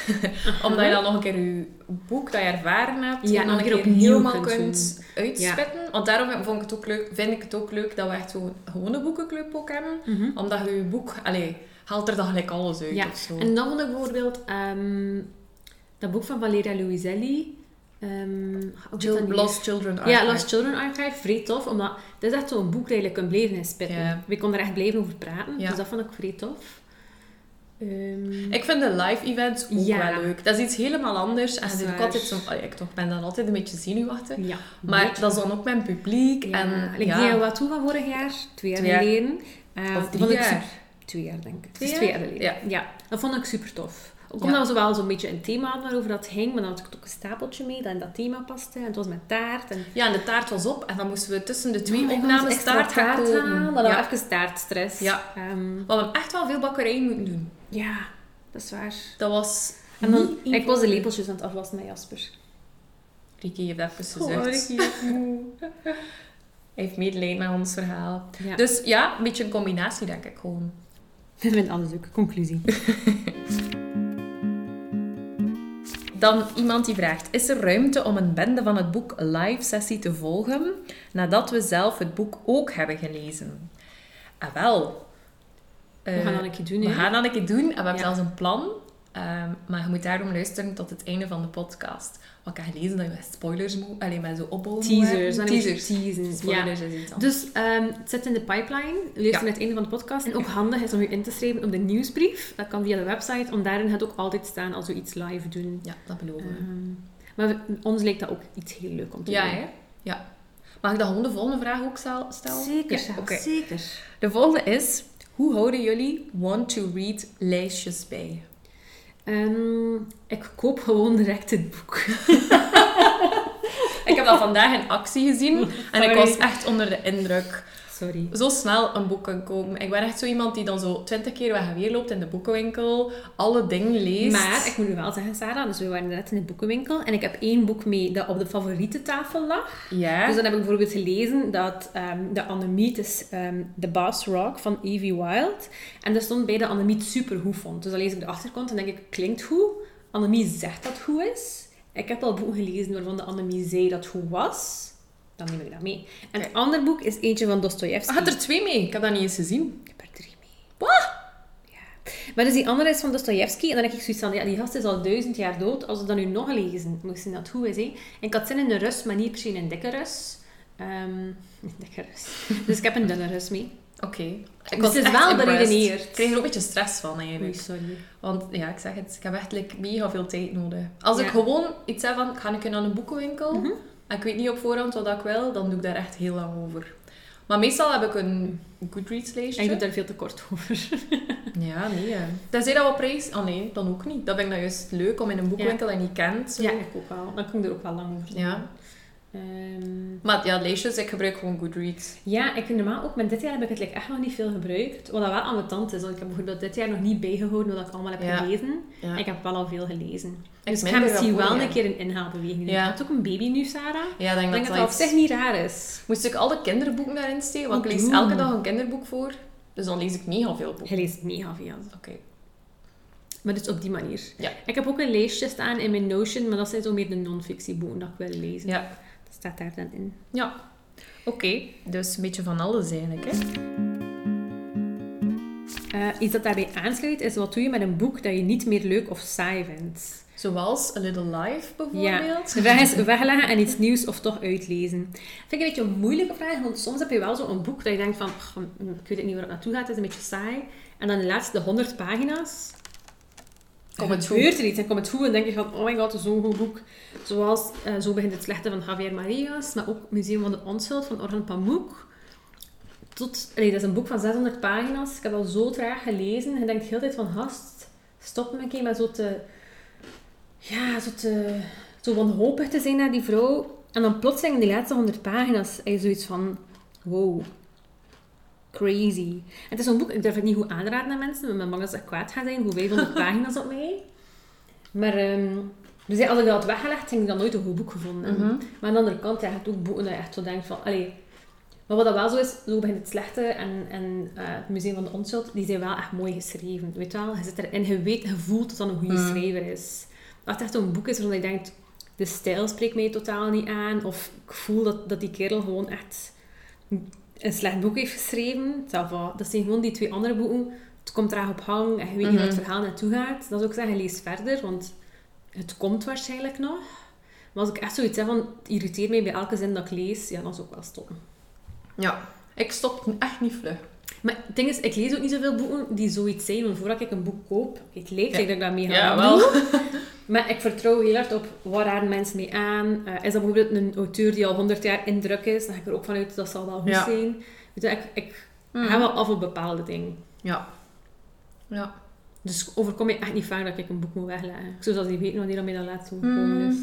[SPEAKER 2] Omdat je dan nog een keer je boek dat je ervaren hebt,
[SPEAKER 3] Ja,
[SPEAKER 2] en
[SPEAKER 3] nog
[SPEAKER 2] dan
[SPEAKER 3] een
[SPEAKER 2] een
[SPEAKER 3] keer
[SPEAKER 2] keer
[SPEAKER 3] opnieuw
[SPEAKER 2] helemaal
[SPEAKER 3] kunt
[SPEAKER 2] kunt, uitspitten. Want daarom vond ik het ook leuk, vind ik het ook leuk dat we echt gewoon gewone boekenclub ook hebben.
[SPEAKER 3] Mhm.
[SPEAKER 2] Omdat je je boek, allee, haalt er dan gelijk alles uit
[SPEAKER 3] Ja,
[SPEAKER 2] of zo.
[SPEAKER 3] En dan vond ik bijvoorbeeld ehm, dat boek van Valeria Louiselli. ehm, hoe heet
[SPEAKER 2] Chil-
[SPEAKER 3] dat nu weer?
[SPEAKER 2] Lost Children
[SPEAKER 3] Ja,
[SPEAKER 2] Archive.
[SPEAKER 3] Lost Children Archive, vrij tof. Omdat dat is echt zo'n boek dat je kunt blijven in spitten.
[SPEAKER 2] Ja.
[SPEAKER 3] We konden er echt blijven over praten.
[SPEAKER 2] Ja.
[SPEAKER 3] Dus dat vond ik vrij tof. Ehm,
[SPEAKER 2] Ik vind de live events ook
[SPEAKER 3] Ja.
[SPEAKER 2] wel leuk. Dat is iets helemaal anders. En
[SPEAKER 3] Dat is
[SPEAKER 2] zit ook
[SPEAKER 3] waar.
[SPEAKER 2] altijd zo, allee, ik toch ben dan altijd een beetje zenuwachtig.
[SPEAKER 3] ja,
[SPEAKER 2] Maar
[SPEAKER 3] weet je.
[SPEAKER 2] dat is dan ook mijn publiek.
[SPEAKER 3] Ja.
[SPEAKER 2] En,
[SPEAKER 3] Like, Die aan wat toe van vorig jaar, twee jaar
[SPEAKER 2] Twee jaar.
[SPEAKER 3] geleden. Eh,
[SPEAKER 2] Of
[SPEAKER 3] dat
[SPEAKER 2] drie
[SPEAKER 3] vond ik
[SPEAKER 2] jaar.
[SPEAKER 3] super- Twee jaar, denk ik. Het is
[SPEAKER 2] Twee jaar?
[SPEAKER 3] twee jaar geleden. Ja.
[SPEAKER 2] Ja.
[SPEAKER 3] dat vond ik super tof. Ook
[SPEAKER 2] Ja.
[SPEAKER 3] omdat we zo wel zo'n beetje een thema hadden waarover dat ging, maar dan had ik ook een stapeltje mee dat in dat thema paste. En het was met taart. En
[SPEAKER 2] Ja, en de taart was op. En dan moesten we tussen de twee
[SPEAKER 3] Oh my god,
[SPEAKER 2] opnames
[SPEAKER 3] extra
[SPEAKER 2] taart gaan
[SPEAKER 3] taart
[SPEAKER 2] kopen.
[SPEAKER 3] halen. Dan
[SPEAKER 2] ja.
[SPEAKER 3] hadden we even taartstress.
[SPEAKER 2] Ja.
[SPEAKER 3] Ehm,
[SPEAKER 2] We hebben echt wel veel bakkerijen moeten doen.
[SPEAKER 3] ja, dat is waar.
[SPEAKER 2] Dat was...
[SPEAKER 3] En dan,
[SPEAKER 2] niet
[SPEAKER 3] ik was de
[SPEAKER 2] eenvoudig.
[SPEAKER 3] lepeltjes aan het afwassen met Jasper.
[SPEAKER 2] Ricky heeft even gezucht.
[SPEAKER 3] Oh, Ricky
[SPEAKER 2] Hij heeft medelijden met ons verhaal.
[SPEAKER 3] Ja.
[SPEAKER 2] Dus ja, een beetje een combinatie denk ik gewoon.
[SPEAKER 3] Ik vind alles leuk. Conclusie.
[SPEAKER 2] Dan iemand die vraagt, is er ruimte om een bende van het boek live sessie te volgen, nadat we zelf het boek ook hebben gelezen? Ah wel. Eh,
[SPEAKER 3] We gaan dat een keer doen,
[SPEAKER 2] We
[SPEAKER 3] hè.
[SPEAKER 2] gaan dat een keer doen en we hebben
[SPEAKER 3] Ja.
[SPEAKER 2] zelfs een plan. Ehm, maar je moet daarom luisteren tot het einde van de podcast. Wat ik heb gelezen dat je met spoilers moet, alleen met zo opbouwen. moet werken.
[SPEAKER 3] Teasers. Dan
[SPEAKER 2] Teasers.
[SPEAKER 3] Teasers. Ja.
[SPEAKER 2] Spoilers is iets anders.
[SPEAKER 3] Dus ehm, het zit in de pipeline. Luister
[SPEAKER 2] Ja.
[SPEAKER 3] naar het einde van de podcast. En ook handig is om u in te schrijven op de nieuwsbrief. Dat kan via de website. Want daarin gaat ook altijd staan als we iets live doen.
[SPEAKER 2] Ja, dat beloven we.
[SPEAKER 3] Ehm, maar we- ons leek dat ook iets heel leuk om te
[SPEAKER 2] Ja,
[SPEAKER 3] doen.
[SPEAKER 2] hè? Ja. Mag ik dan gewoon de volgende vraag ook stel- stellen?
[SPEAKER 3] Zeker,
[SPEAKER 2] Ja,
[SPEAKER 3] Sarah,
[SPEAKER 2] oké.
[SPEAKER 3] zeker.
[SPEAKER 2] De volgende is, hoe houden jullie want-to-read lijstjes bij?
[SPEAKER 3] Ehm, ik koop gewoon direct het boek.
[SPEAKER 2] Ik heb dat vandaag in actie gezien en ik
[SPEAKER 3] Sorry.
[SPEAKER 2] was echt onder de indruk.
[SPEAKER 3] Sorry.
[SPEAKER 2] Zo snel een boek kan komen. Ik ben echt zo iemand die dan zo twintig keer weg en weer loopt in de boekenwinkel, alle dingen leest.
[SPEAKER 3] Maar ik moet nu wel zeggen, Sarah, dus we waren net in de boekenwinkel en ik heb één boek mee dat op de favoriete tafel lag.
[SPEAKER 2] Ja.
[SPEAKER 3] Dus dan heb ik bijvoorbeeld gelezen dat ehm, de Annemiet is ehm The Boss Rock van Evie Wilde. En daar stond bij dat Annemiet super goed vond. Dus dan lees ik de achterkant en denk ik, klinkt goed. Annemie zegt dat het goed is. Ik heb al boeken gelezen waarvan de Annemie zei dat het goed was. Dan neem ik dat mee. En het andere boek is eentje van Dostoevsky.
[SPEAKER 2] Ah, had er twee mee. Ik heb dat niet eens gezien.
[SPEAKER 3] Ik heb er drie mee. Ja. Maar dus die andere is van Dostoevsky. En dan heb ik zoiets van, ja, die gast is al duizend jaar dood. Als we dat nu nog lezen, moest zien dat het goed is. Hè? En ik had zin in een rust, maar niet per se in een dikke rust. Ehm, een dikke rust. Dus ik heb een dunne rust mee.
[SPEAKER 2] Oké.
[SPEAKER 3] Dus
[SPEAKER 2] Ik was
[SPEAKER 3] het is
[SPEAKER 2] echt
[SPEAKER 3] wel
[SPEAKER 2] impressed.
[SPEAKER 3] beredeneerd.
[SPEAKER 2] Ik kreeg er ook een beetje stress van
[SPEAKER 3] Oei,
[SPEAKER 2] eigenlijk.
[SPEAKER 3] sorry.
[SPEAKER 2] Want ja, ik zeg het, ik heb echt like, mega veel tijd nodig. Als
[SPEAKER 3] Ja. Mhm.
[SPEAKER 2] ik gewoon iets heb van, ik ga een keer naar een boekenwinkel en ik weet niet op voorhand wat ik wil, dan doe ik daar echt heel lang over. Maar meestal heb ik een
[SPEAKER 3] En ik doe
[SPEAKER 2] Goodreads-lijstje.
[SPEAKER 3] daar veel te kort over.
[SPEAKER 2] Ja, nee. hè. Tenzij dat we op reis... Oh nee, dan ook niet. Dat vind ik dan juist leuk, om in een boekenwinkel dat je niet kent. Zo.
[SPEAKER 3] Ja, ik ook wel. Dan kan ik er ook wel lang over doen.
[SPEAKER 2] Ja.
[SPEAKER 3] Ehm,
[SPEAKER 2] Maar ja, lijstjes, ik gebruik gewoon Goodreads.
[SPEAKER 3] ja, ik vind normaal ook, maar dit jaar heb ik het like, echt nog niet veel gebruikt. Wat dat wel aan mijn tand is, want ik heb bijvoorbeeld dit jaar nog niet bijgehouden wat ik allemaal heb
[SPEAKER 2] Ja.
[SPEAKER 3] gelezen.
[SPEAKER 2] Ja.
[SPEAKER 3] Ik heb wel al veel gelezen. Dus
[SPEAKER 2] minder
[SPEAKER 3] ik ga
[SPEAKER 2] dan
[SPEAKER 3] misschien
[SPEAKER 2] vorig
[SPEAKER 3] wel
[SPEAKER 2] jaar.
[SPEAKER 3] een keer een inhaalbeweging doen.
[SPEAKER 2] Ja.
[SPEAKER 3] Je hebt ook "Ah, een baby nu, Sarah.
[SPEAKER 2] Ja, denk
[SPEAKER 3] Ik
[SPEAKER 2] dat
[SPEAKER 3] denk dat dat op
[SPEAKER 2] iets-
[SPEAKER 3] zich niet raar is.
[SPEAKER 2] Moest ik alle kinderboeken daarin steken, want ik
[SPEAKER 3] Wat
[SPEAKER 2] lees
[SPEAKER 3] doen?
[SPEAKER 2] elke dag een kinderboek voor. Dus dan lees ik mega veel boeken.
[SPEAKER 3] Je leest mega veel.
[SPEAKER 2] Oké.
[SPEAKER 3] Maar dus op die manier.
[SPEAKER 2] Ja.
[SPEAKER 3] Ik heb ook een lijstje staan in mijn Notion, maar dat zijn zo meer de non-fictieboeken dat ik wil lezen.
[SPEAKER 2] Ja.
[SPEAKER 3] Dat staat daar dan in.
[SPEAKER 2] Ja. Oké, dus een beetje van alles eigenlijk. Hè?
[SPEAKER 3] Eh, iets dat daarbij aansluit is, wat doe je met een boek dat je niet meer leuk of saai vindt?
[SPEAKER 2] Zoals A Little Life
[SPEAKER 3] Ja,
[SPEAKER 2] bijvoorbeeld.
[SPEAKER 3] de vraag is wegleggen en iets nieuws of toch uitlezen. Vind ik een beetje een moeilijke vraag, want soms heb je wel zo'n boek dat je denkt van, "Ach, ik weet niet waar het naartoe gaat, het is een beetje saai. En dan de laatste 100 pagina's,
[SPEAKER 2] Kom het goed.
[SPEAKER 3] gebeurt er iets en komt het goed en denk je van, oh my god, zo'n goed boek. Zoals eh, Zo begint het slechte van Javier Marias, maar ook Museum van de Onschuld van Orhan Pamuk. Tot, allee, dat is een boek van 600 pagina's. Ik heb al zo traag gelezen. Je denkt de hele tijd van, gast, stop me een keer met zo te... ja, zo, te, zo wanhopig te zijn naar die vrouw. En dan plotseling in die laatste honderd pagina's heb je zoiets van... Wow. Crazy. En het is zo'n boek, ik durf het niet goed aanraden aan mensen, want mijn bang dat ze kwaad gaan zijn. Hoe 500 pagina's op mij. Maar... ehm, dus ja, als ik dat had weggelegd, ging ik dat nooit een goed boek gevonden hebben.
[SPEAKER 2] Mhm.
[SPEAKER 3] Maar aan de andere kant, ja, je hebt ook boeken dat je echt zo denkt van... Allee, maar wat dat wel zo is, Zo begint het Slechte en, en eh, het Museum van de Onschuld, die zijn wel echt mooi geschreven. Weet je wel, je zit erin, je weet, je voelt dat dat een goede
[SPEAKER 2] Mm.
[SPEAKER 3] schrijver is. Als het echt zo'n boek is waarvan je denkt, de stijl spreekt mij totaal niet aan, of ik voel dat, dat die kerel gewoon echt een slecht boek heeft geschreven, ça va. dat zijn gewoon die twee andere boeken. Het komt traag op hang en je weet niet waar het
[SPEAKER 2] Mhm.
[SPEAKER 3] verhaal naartoe gaat. Dat is ook zeggen, lees verder, want het komt waarschijnlijk nog. Maar als ik echt zoiets heb van, het irriteert mij bij elke zin dat ik lees, ja, dan zou ik wel stoppen.
[SPEAKER 2] Ja. Ik stop echt niet vlug.
[SPEAKER 3] Maar het ding is, ik lees ook niet zoveel boeken die zoiets zijn. Want voordat ik een boek koop, het lijkt
[SPEAKER 2] Ja.
[SPEAKER 3] dat ik daarmee ga
[SPEAKER 2] Ja,
[SPEAKER 3] doen.
[SPEAKER 2] wel.
[SPEAKER 3] Maar ik vertrouw heel hard op waar raden mensen mee aan. Eh, is dat bijvoorbeeld een auteur die al 100 jaar in druk is, dan ga ik er ook vanuit dat zal wel goed
[SPEAKER 2] Ja.
[SPEAKER 3] zijn. Weet je, ik, ik
[SPEAKER 2] Mm.
[SPEAKER 3] ga wel af op bepaalde dingen.
[SPEAKER 2] Ja. Ja.
[SPEAKER 3] Dus overkom je echt niet vaak dat ik een boek moet wegleggen. Zodat die weten wanneer dat mij dat laatste boek gekomen
[SPEAKER 2] Mm.
[SPEAKER 3] is.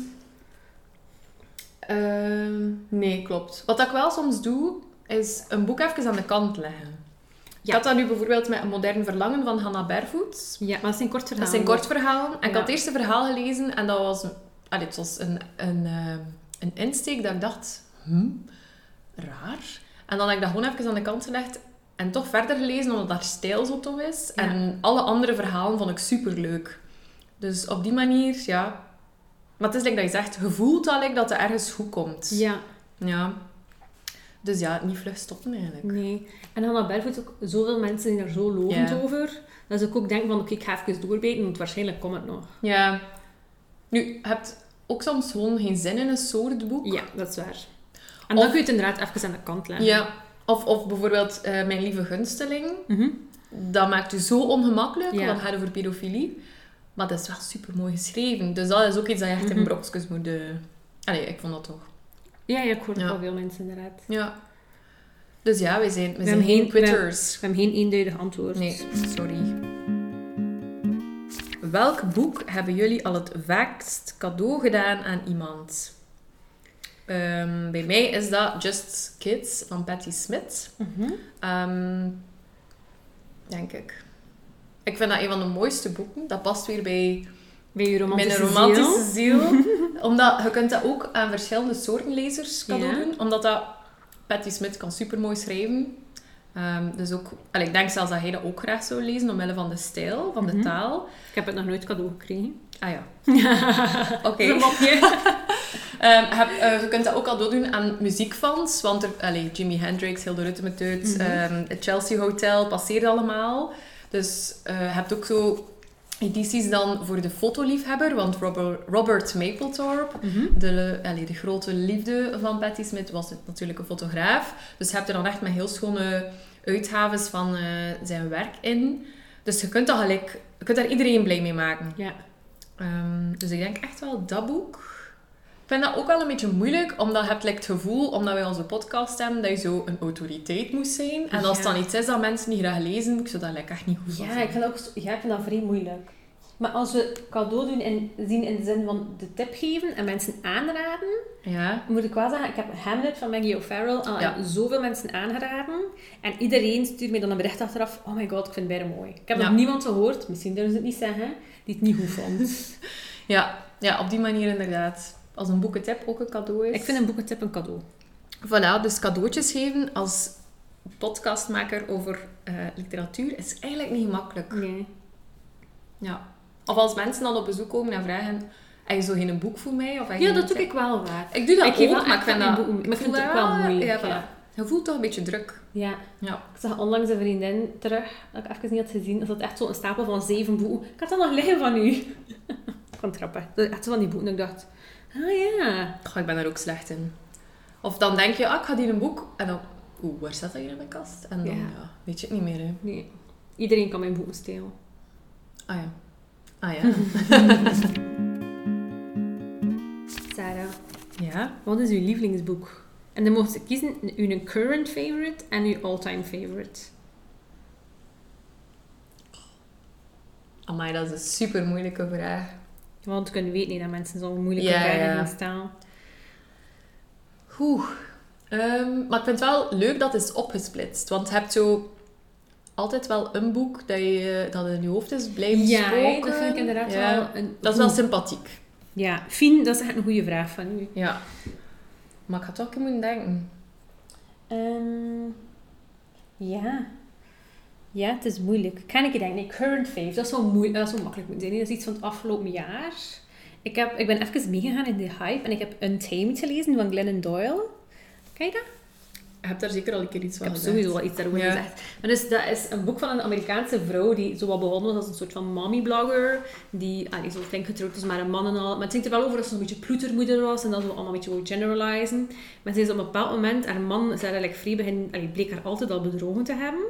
[SPEAKER 2] Ehm, nee, klopt. Wat ik wel soms doe, is een boek even aan de kant leggen. Ik
[SPEAKER 3] Ja.
[SPEAKER 2] had dat nu bijvoorbeeld met een modern verlangen van Hannah Barefoot.
[SPEAKER 3] Ja, maar dat zijn kort verhalen.
[SPEAKER 2] Dat zijn kort verhalen. En ik
[SPEAKER 3] Ja.
[SPEAKER 2] had het eerste verhaal gelezen en dat was, allee, het was een, een, ehm, een insteek dat ik dacht, hm, raar. En dan heb ik dat gewoon even aan de kant gelegd en toch verder gelezen, omdat daar stijl zo tof is.
[SPEAKER 3] Ja.
[SPEAKER 2] En alle andere verhalen vond ik superleuk. Dus op die manier, ja. Maar het is like dat je zegt, gevoeld al like dat het ergens goed komt.
[SPEAKER 3] Ja,
[SPEAKER 2] Ja. Dus ja, niet vlug stoppen eigenlijk.
[SPEAKER 3] Nee. En Hannah Barefoot ook zoveel mensen zijn er zo lovend
[SPEAKER 2] Ja.
[SPEAKER 3] over. Dat ik ook denk van, oké, ik ga even doorbeten, want waarschijnlijk komt het nog.
[SPEAKER 2] Ja. Nu, je hebt ook soms gewoon geen zin in een soort boek.
[SPEAKER 3] Ja, dat is waar. En dan
[SPEAKER 2] Of-
[SPEAKER 3] kun je het inderdaad even aan de kant leggen.
[SPEAKER 2] Ja, of, of bijvoorbeeld eh, Mijn Lieve Gunsteling.
[SPEAKER 3] Mhm.
[SPEAKER 2] Dat maakt u zo ongemakkelijk,
[SPEAKER 3] Ja.
[SPEAKER 2] want het gaat over pedofilie. Maar dat is wel super mooi geschreven. Dus dat is ook iets dat je echt in
[SPEAKER 3] Mhm.
[SPEAKER 2] brokjes moet... eh, Allee, ik vond dat toch.
[SPEAKER 3] ja, ja, ik hoor
[SPEAKER 2] Ja.
[SPEAKER 3] wel veel mensen inderdaad.
[SPEAKER 2] Ja. Dus ja, wij zijn, wij
[SPEAKER 3] We
[SPEAKER 2] zijn
[SPEAKER 3] hebben
[SPEAKER 2] geen
[SPEAKER 3] geen- we-
[SPEAKER 2] quitters.
[SPEAKER 3] Ik heb geen eenduidig antwoord.
[SPEAKER 2] Nee, sorry. Welk boek hebben jullie al het vaakst cadeau gedaan aan iemand? Ehm, bij mij is dat Just Kids van Patti Smith.
[SPEAKER 3] Mhm.
[SPEAKER 2] Ehm, denk ik. Ik vind dat een van de mooiste boeken. Dat past weer bij
[SPEAKER 3] Bij je romantische
[SPEAKER 2] mijn romantische
[SPEAKER 3] ziel.
[SPEAKER 2] ziel. Omdat je kunt dat ook aan verschillende soorten lezers cadeau
[SPEAKER 3] Ja.
[SPEAKER 2] doen. Omdat dat... Patti Smith kan supermooi schrijven. Ehm, dus ook... en ik denk zelfs dat hij dat ook graag zou lezen, omwille van de stijl, van de
[SPEAKER 3] Mhm.
[SPEAKER 2] taal.
[SPEAKER 3] Ik heb het nog nooit cadeau gekregen.
[SPEAKER 2] Ah ja.
[SPEAKER 3] Oké.
[SPEAKER 2] Oké.
[SPEAKER 3] Een mopje.
[SPEAKER 2] Ehm, heb- eh, je kunt dat ook al doen aan muziekfans, want er, allee, Jimi Hendrix, Hilde Ruttemeteut,
[SPEAKER 3] Mhm.
[SPEAKER 2] ehm, het Chelsea Hotel, passeert allemaal. Dus eh, je hebt ook zo edities dan voor de fotoliefhebber, want Robert, Robert Mapplethorpe,
[SPEAKER 3] Mhm.
[SPEAKER 2] de, allee, de grote liefde van Patti Smith, was het natuurlijk een fotograaf. Dus je hebt er dan echt met heel schone uitgaves van eh, zijn werk in. Dus je kunt, dat gelijk, je kunt daar iedereen blij mee maken.
[SPEAKER 3] Ja.
[SPEAKER 2] Ehm, dus ik denk echt wel dat boek. Ik vind dat ook wel een beetje moeilijk, omdat je hebt like, het gevoel, omdat wij onze podcast hebben, dat je zo een autoriteit moest zijn. En als het
[SPEAKER 3] Ja.
[SPEAKER 2] dan iets is dat mensen niet graag lezen, ik zou dat like, echt niet goed
[SPEAKER 3] Ja,
[SPEAKER 2] vinden.
[SPEAKER 3] ik vind, ook, zo- ja, ik vind dat vrij moeilijk. Maar als we cadeau doen en zien in de zin van de tip geven en mensen aanraden,
[SPEAKER 2] Ja.
[SPEAKER 3] Moet ik wel zeggen, ik heb Hamlet van Maggie O'Farrell al
[SPEAKER 2] Ja.
[SPEAKER 3] aan zoveel mensen aangeraden. En iedereen stuurt mij dan een bericht achteraf. Oh my god, ik vind het bijna mooi. Ik heb
[SPEAKER 2] Ja.
[SPEAKER 3] nog niemand gehoord, misschien durven ze het niet zeggen, die het niet goed vond.
[SPEAKER 2] Ja. ja, op die manier inderdaad. Als een boekentip ook een cadeau is.
[SPEAKER 3] ik vind een boekentip een cadeau.
[SPEAKER 2] Voilà, dus cadeautjes geven als podcastmaker over eh, literatuur is eigenlijk niet makkelijk.
[SPEAKER 3] Nee.
[SPEAKER 2] Ja. Of als mensen dan op bezoek komen en vragen, heb je zo geen boek voor mij? Of heb je
[SPEAKER 3] Ja,
[SPEAKER 2] geen
[SPEAKER 3] dat doe
[SPEAKER 2] tip?"
[SPEAKER 3] ik wel waar.
[SPEAKER 2] Ik doe dat
[SPEAKER 3] Ik geef
[SPEAKER 2] ook,
[SPEAKER 3] wel
[SPEAKER 2] maar ik
[SPEAKER 3] echt
[SPEAKER 2] vind
[SPEAKER 3] wel
[SPEAKER 2] dat...
[SPEAKER 3] een boek- maar ik
[SPEAKER 2] voel
[SPEAKER 3] vind het
[SPEAKER 2] dat
[SPEAKER 3] ook wel moeilijk,
[SPEAKER 2] Ja, voilà.
[SPEAKER 3] ja.
[SPEAKER 2] Je voelt toch een beetje druk.
[SPEAKER 3] Ja.
[SPEAKER 2] Ja.
[SPEAKER 3] Ik zag onlangs een vriendin terug, dat ik even niet had gezien. Dat had echt zo'n stapel van zeven boeken. Ik had dat nog liggen van u. ik vond het grappig. Dat is echt zo van die boeken. dat Ik dacht, ah ja.
[SPEAKER 2] Goh, ik ben daar ook slecht in. Of dan denk je, ah, ik had hier een boek. En dan, oeh, waar staat dat hier in mijn kast? En dan
[SPEAKER 3] Ja.
[SPEAKER 2] ja, weet je het niet meer, hè.
[SPEAKER 3] Nee. Iedereen kan mijn boeken stelen.
[SPEAKER 2] Ah ja. Ah ja.
[SPEAKER 3] Sarah.
[SPEAKER 2] ja.
[SPEAKER 3] Wat is uw lievelingsboek? En dan mocht je kiezen uw current favorite en uw all-time favorite.
[SPEAKER 2] Amai, dat is een super moeilijke vraag.
[SPEAKER 3] Want kunnen weten niet dat mensen zo moeilijk
[SPEAKER 2] Ja,
[SPEAKER 3] vragen
[SPEAKER 2] ja.
[SPEAKER 3] gaan stellen.
[SPEAKER 2] Oeh. Ehm, maar ik vind het wel leuk dat het is opgesplitst. Want je hebt zo altijd wel een boek dat, je, dat in je hoofd is blijven
[SPEAKER 3] Ja, hè,
[SPEAKER 2] spoken.
[SPEAKER 3] dat vind ik inderdaad
[SPEAKER 2] Ja.
[SPEAKER 3] wel een...
[SPEAKER 2] Dat is wel
[SPEAKER 3] Oeh.
[SPEAKER 2] sympathiek.
[SPEAKER 3] Ja, Fien, dat is echt een goede vraag van u.
[SPEAKER 2] Ja. Maar ik had toch een keer moeten denken.
[SPEAKER 3] Ehm, ja. Ja, het is moeilijk. Kan ik je denken? Nee, current fave. Dat zou, moe- dat zou makkelijk moeten zijn. nee. Dat is iets van het afgelopen jaar. Ik, heb, ik ben even meegegaan in de hype en ik heb Untamed gelezen van Glennon Doyle. Ken je dat?
[SPEAKER 2] Je hebt daar zeker al een keer iets
[SPEAKER 3] Ik
[SPEAKER 2] van
[SPEAKER 3] heb
[SPEAKER 2] gezegd.
[SPEAKER 3] sowieso al iets daarover
[SPEAKER 2] Ja.
[SPEAKER 3] gezegd. Maar dus, dat is een boek van een Amerikaanse vrouw die zo wat begonnen was als een soort van mommy-blogger. Die allee, zo flink getrouwd is met een man en al. Maar het ging er wel over dat ze een beetje ploetermoeder was en dat ze allemaal een beetje wou generalizen. Maar ze is op een bepaald moment, haar man, ze had eigenlijk vrij begin, allee, bleek haar altijd al bedrogen te hebben.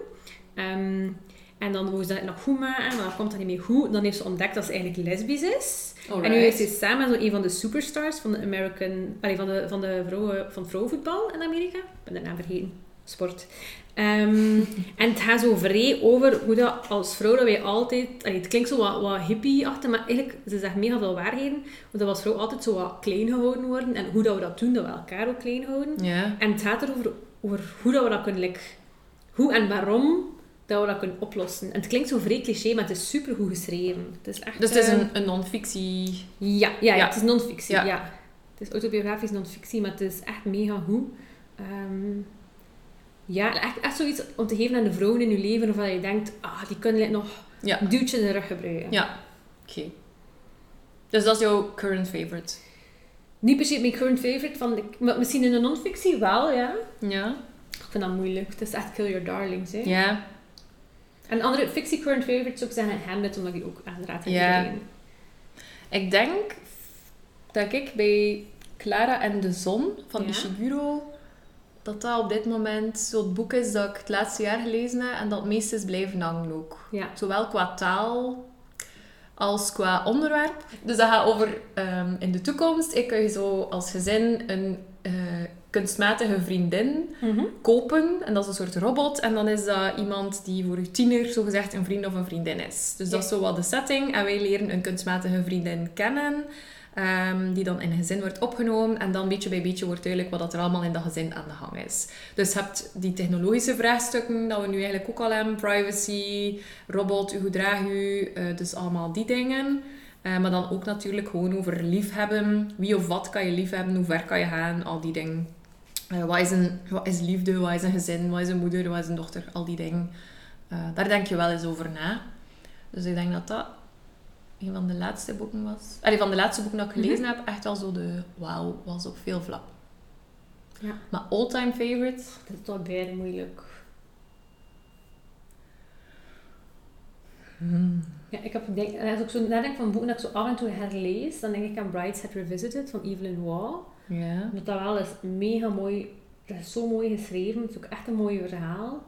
[SPEAKER 3] Ehm, en dan wou ze dat nog goed maken, maar dan komt dat niet meer goed. Dan heeft ze ontdekt dat ze eigenlijk lesbisch is. En nu is ze samen zo een van de superstars van de American, allee, van de, van de vrouwen, van vrouwenvoetbal in Amerika. Ik ben de naam vergeten. Sport. Ehm, en het gaat zo vrij over hoe dat als vrouw dat wij altijd... allee, het klinkt zo wat, wat hippie-achtig, maar eigenlijk, ze zegt mega veel waarheden. Hoe dat we als vrouw altijd zo wat klein gehouden worden. En hoe dat we dat doen, dat we elkaar ook klein houden.
[SPEAKER 2] Ja.
[SPEAKER 3] En het gaat erover over hoe dat we dat kunnen... like, hoe en waarom dat we dat kunnen oplossen. En het klinkt zo vrij cliché, maar het is supergoed geschreven. Het is echt...
[SPEAKER 2] Dus het is
[SPEAKER 3] eh,
[SPEAKER 2] een, een non-fictie...
[SPEAKER 3] ja, ja,
[SPEAKER 2] Ja.
[SPEAKER 3] het is non-fictie.
[SPEAKER 2] Ja.
[SPEAKER 3] Ja. Het is autobiografisch non-fictie, maar het is echt mega goed. Ehm, ja, echt, echt zoiets om te geven aan de vrouwen in je leven waarvan je denkt, ah, die kunnen dit nog
[SPEAKER 2] Ja.
[SPEAKER 3] een duwtje in de rug gebruiken.
[SPEAKER 2] Ja. Oké. Dus dat is jouw current favorite.
[SPEAKER 3] Niet per se mijn current favorite, van de- maar misschien in de non-fictie wel, ja.
[SPEAKER 2] Ja.
[SPEAKER 3] Ik vind dat moeilijk. Het is echt Kill Your Darlings, hè.
[SPEAKER 2] Ja.
[SPEAKER 3] En andere fictie current favorite zou ik zeggen Hamlet, omdat ik die ook aanraad aan
[SPEAKER 2] Ja.
[SPEAKER 3] iedereen.
[SPEAKER 2] Ik denk dat ik bij Clara en de Zon van
[SPEAKER 3] Ja.
[SPEAKER 2] Ishiguro, dat dat op dit moment zo het boek is dat ik het laatste jaar gelezen heb en dat het meest is blijven hangen ook.
[SPEAKER 3] Ja.
[SPEAKER 2] Zowel qua taal als qua onderwerp. Dus dat gaat over ehm, in de toekomst. Ik kun je zo als gezin een eh, kunstmatige vriendin
[SPEAKER 3] Mhm.
[SPEAKER 2] kopen. En dat is een soort robot. En dan is dat iemand die voor je tiener zogezegd een vriend of een vriendin is. Dus dat is zo wat de setting. En wij leren een kunstmatige vriendin kennen. ehm, die dan in een gezin wordt opgenomen. En dan beetje bij beetje wordt duidelijk wat dat er allemaal in dat gezin aan de gang is. Dus je hebt die technologische vraagstukken dat we nu eigenlijk ook al hebben. Privacy, robot, hoe draag u? eh, dus allemaal die dingen. Eh, maar dan ook natuurlijk gewoon over liefhebben. Wie of wat kan je liefhebben? Hoe ver kan je gaan? Al die dingen. Eh, wat, is een, wat is liefde? Wat is een gezin? Wat is een moeder? Wat is een dochter? Al die dingen. Eh, daar denk je wel eens over na. Dus ik denk dat dat een van de laatste boeken was. Allee, van de laatste boeken dat ik gelezen heb, echt wel zo de wauw was op veel vlak.
[SPEAKER 3] Ja.
[SPEAKER 2] Maar all-time favorite?
[SPEAKER 3] Dat is toch beide moeilijk.
[SPEAKER 2] Hmm,
[SPEAKER 3] Ja, ik heb denk, en als ik zo nadenk van boeken dat ik zo af en toe herlees, dan denk ik aan Brideshead Revisited van Evelyn Waugh.
[SPEAKER 2] Ja.
[SPEAKER 3] Omdat dat wel is mega mooi, dat is zo mooi geschreven, het is ook echt een mooi verhaal.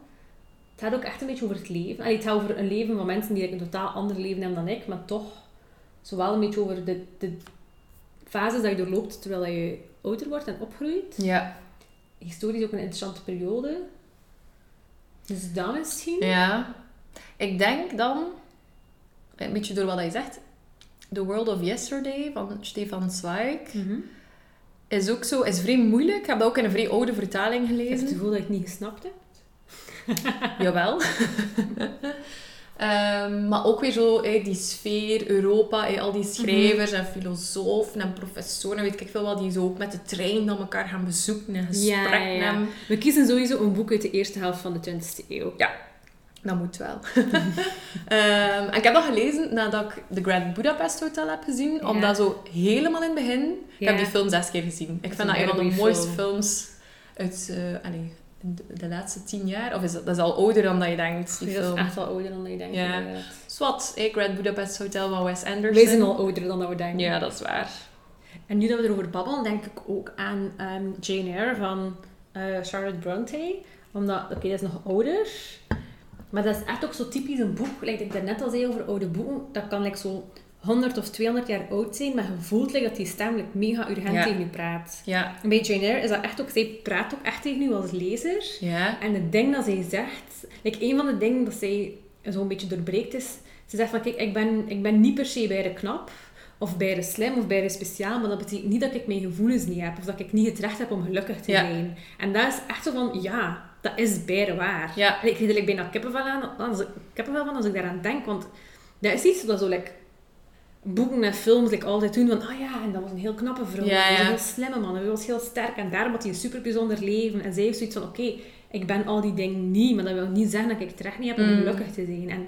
[SPEAKER 3] Het gaat ook echt een beetje over het leven. Allee, het gaat over een leven van mensen die eigenlijk een totaal ander leven hebben dan ik, maar toch zowel een beetje over de, de fases dat je doorloopt terwijl dat je ouder wordt en opgroeit.
[SPEAKER 2] Ja.
[SPEAKER 3] Historisch ook een interessante periode. Dus dat misschien.
[SPEAKER 2] Ja. Ik denk dan, een beetje door wat je zegt, The World of Yesterday van Stefan Zweig
[SPEAKER 3] Mhm.
[SPEAKER 2] is ook zo, is vrij moeilijk. Ik heb dat ook in een vrij oude vertaling
[SPEAKER 3] Ik heb het
[SPEAKER 2] gelezen.
[SPEAKER 3] gevoel dat ik het niet gesnapt heb.
[SPEAKER 2] Jawel. Ehm, maar ook weer zo, eh, die sfeer, Europa, eh, al die
[SPEAKER 3] Mhm.
[SPEAKER 2] schrijvers en filosofen en professoren, weet ik veel wat, die zo ook met de trein naar elkaar gaan bezoeken en gesprekken
[SPEAKER 3] ja, ja.
[SPEAKER 2] hebben.
[SPEAKER 3] We kiezen sowieso een boek uit de eerste helft van de 20e eeuw.
[SPEAKER 2] Dat moet wel. Ehm, en ik heb dat gelezen nadat ik The Grand Budapest Hotel heb gezien.
[SPEAKER 3] Ja.
[SPEAKER 2] Omdat zo helemaal in het begin... Ik heb
[SPEAKER 3] Ja. Dus
[SPEAKER 2] die film zes keer gezien. Ik
[SPEAKER 3] is
[SPEAKER 2] vind
[SPEAKER 3] een
[SPEAKER 2] dat een
[SPEAKER 3] hele
[SPEAKER 2] van de
[SPEAKER 3] goeie
[SPEAKER 2] mooiste
[SPEAKER 3] film.
[SPEAKER 2] films uit eh, allee, de, de laatste tien jaar. Of is dat, dat is al ouder dan dat je denkt, die
[SPEAKER 3] Dus dat
[SPEAKER 2] film.
[SPEAKER 3] is echt wel ouder dan je denkt.
[SPEAKER 2] Ja.
[SPEAKER 3] inderdaad.
[SPEAKER 2] Swat, eh, Grand Budapest Hotel van Wes Anderson.
[SPEAKER 3] Wij zijn al ouder dan dat we denken.
[SPEAKER 2] Ja, dat is waar.
[SPEAKER 3] En nu dat we erover babbelen, denk ik ook aan ehm, Jane Eyre van eh, Charlotte Bronte. Omdat, oké, dat is nog ouder. Maar dat is echt ook zo typisch een boek. Like dat ik daarnet al zei over oude boeken. Dat kan like, zo 100 of 200 jaar oud zijn. Maar je voelt like, dat die stem like, mega urgent
[SPEAKER 2] Ja.
[SPEAKER 3] tegen je praat.
[SPEAKER 2] Ja.
[SPEAKER 3] En bij Jane Eyre is dat echt ook... Zij praat ook echt tegen je als lezer.
[SPEAKER 2] Ja.
[SPEAKER 3] En het ding dat zij zegt, like, een van de dingen dat zij zo'n beetje doorbreekt is, ze zegt van kijk, ik ben, ik ben niet per se bij de knap, of bij de slim of bij de speciaal, maar dat betekent niet dat ik mijn gevoelens niet heb of dat ik niet het recht heb om gelukkig te
[SPEAKER 2] Ja.
[SPEAKER 3] zijn. En dat is echt zo van, ja, dat is bijna waar.
[SPEAKER 2] Ja.
[SPEAKER 3] En ik kreeg er like, bijna kippenvel, aan, als ik, kippenvel van als ik daaraan denk, want dat is iets dat zo like, boeken en films like, altijd doen van, ah ja, en dat was een heel knappe vrouw,
[SPEAKER 2] Ja,
[SPEAKER 3] en dat was
[SPEAKER 2] ja.
[SPEAKER 3] een heel slimme man, en hij was heel sterk en daarom had hij een super bijzonder leven. En zij heeft zoiets van, oké, ik ben al die dingen niet, maar dat wil niet zeggen dat ik het recht niet heb om
[SPEAKER 2] Mm.
[SPEAKER 3] gelukkig te zijn. En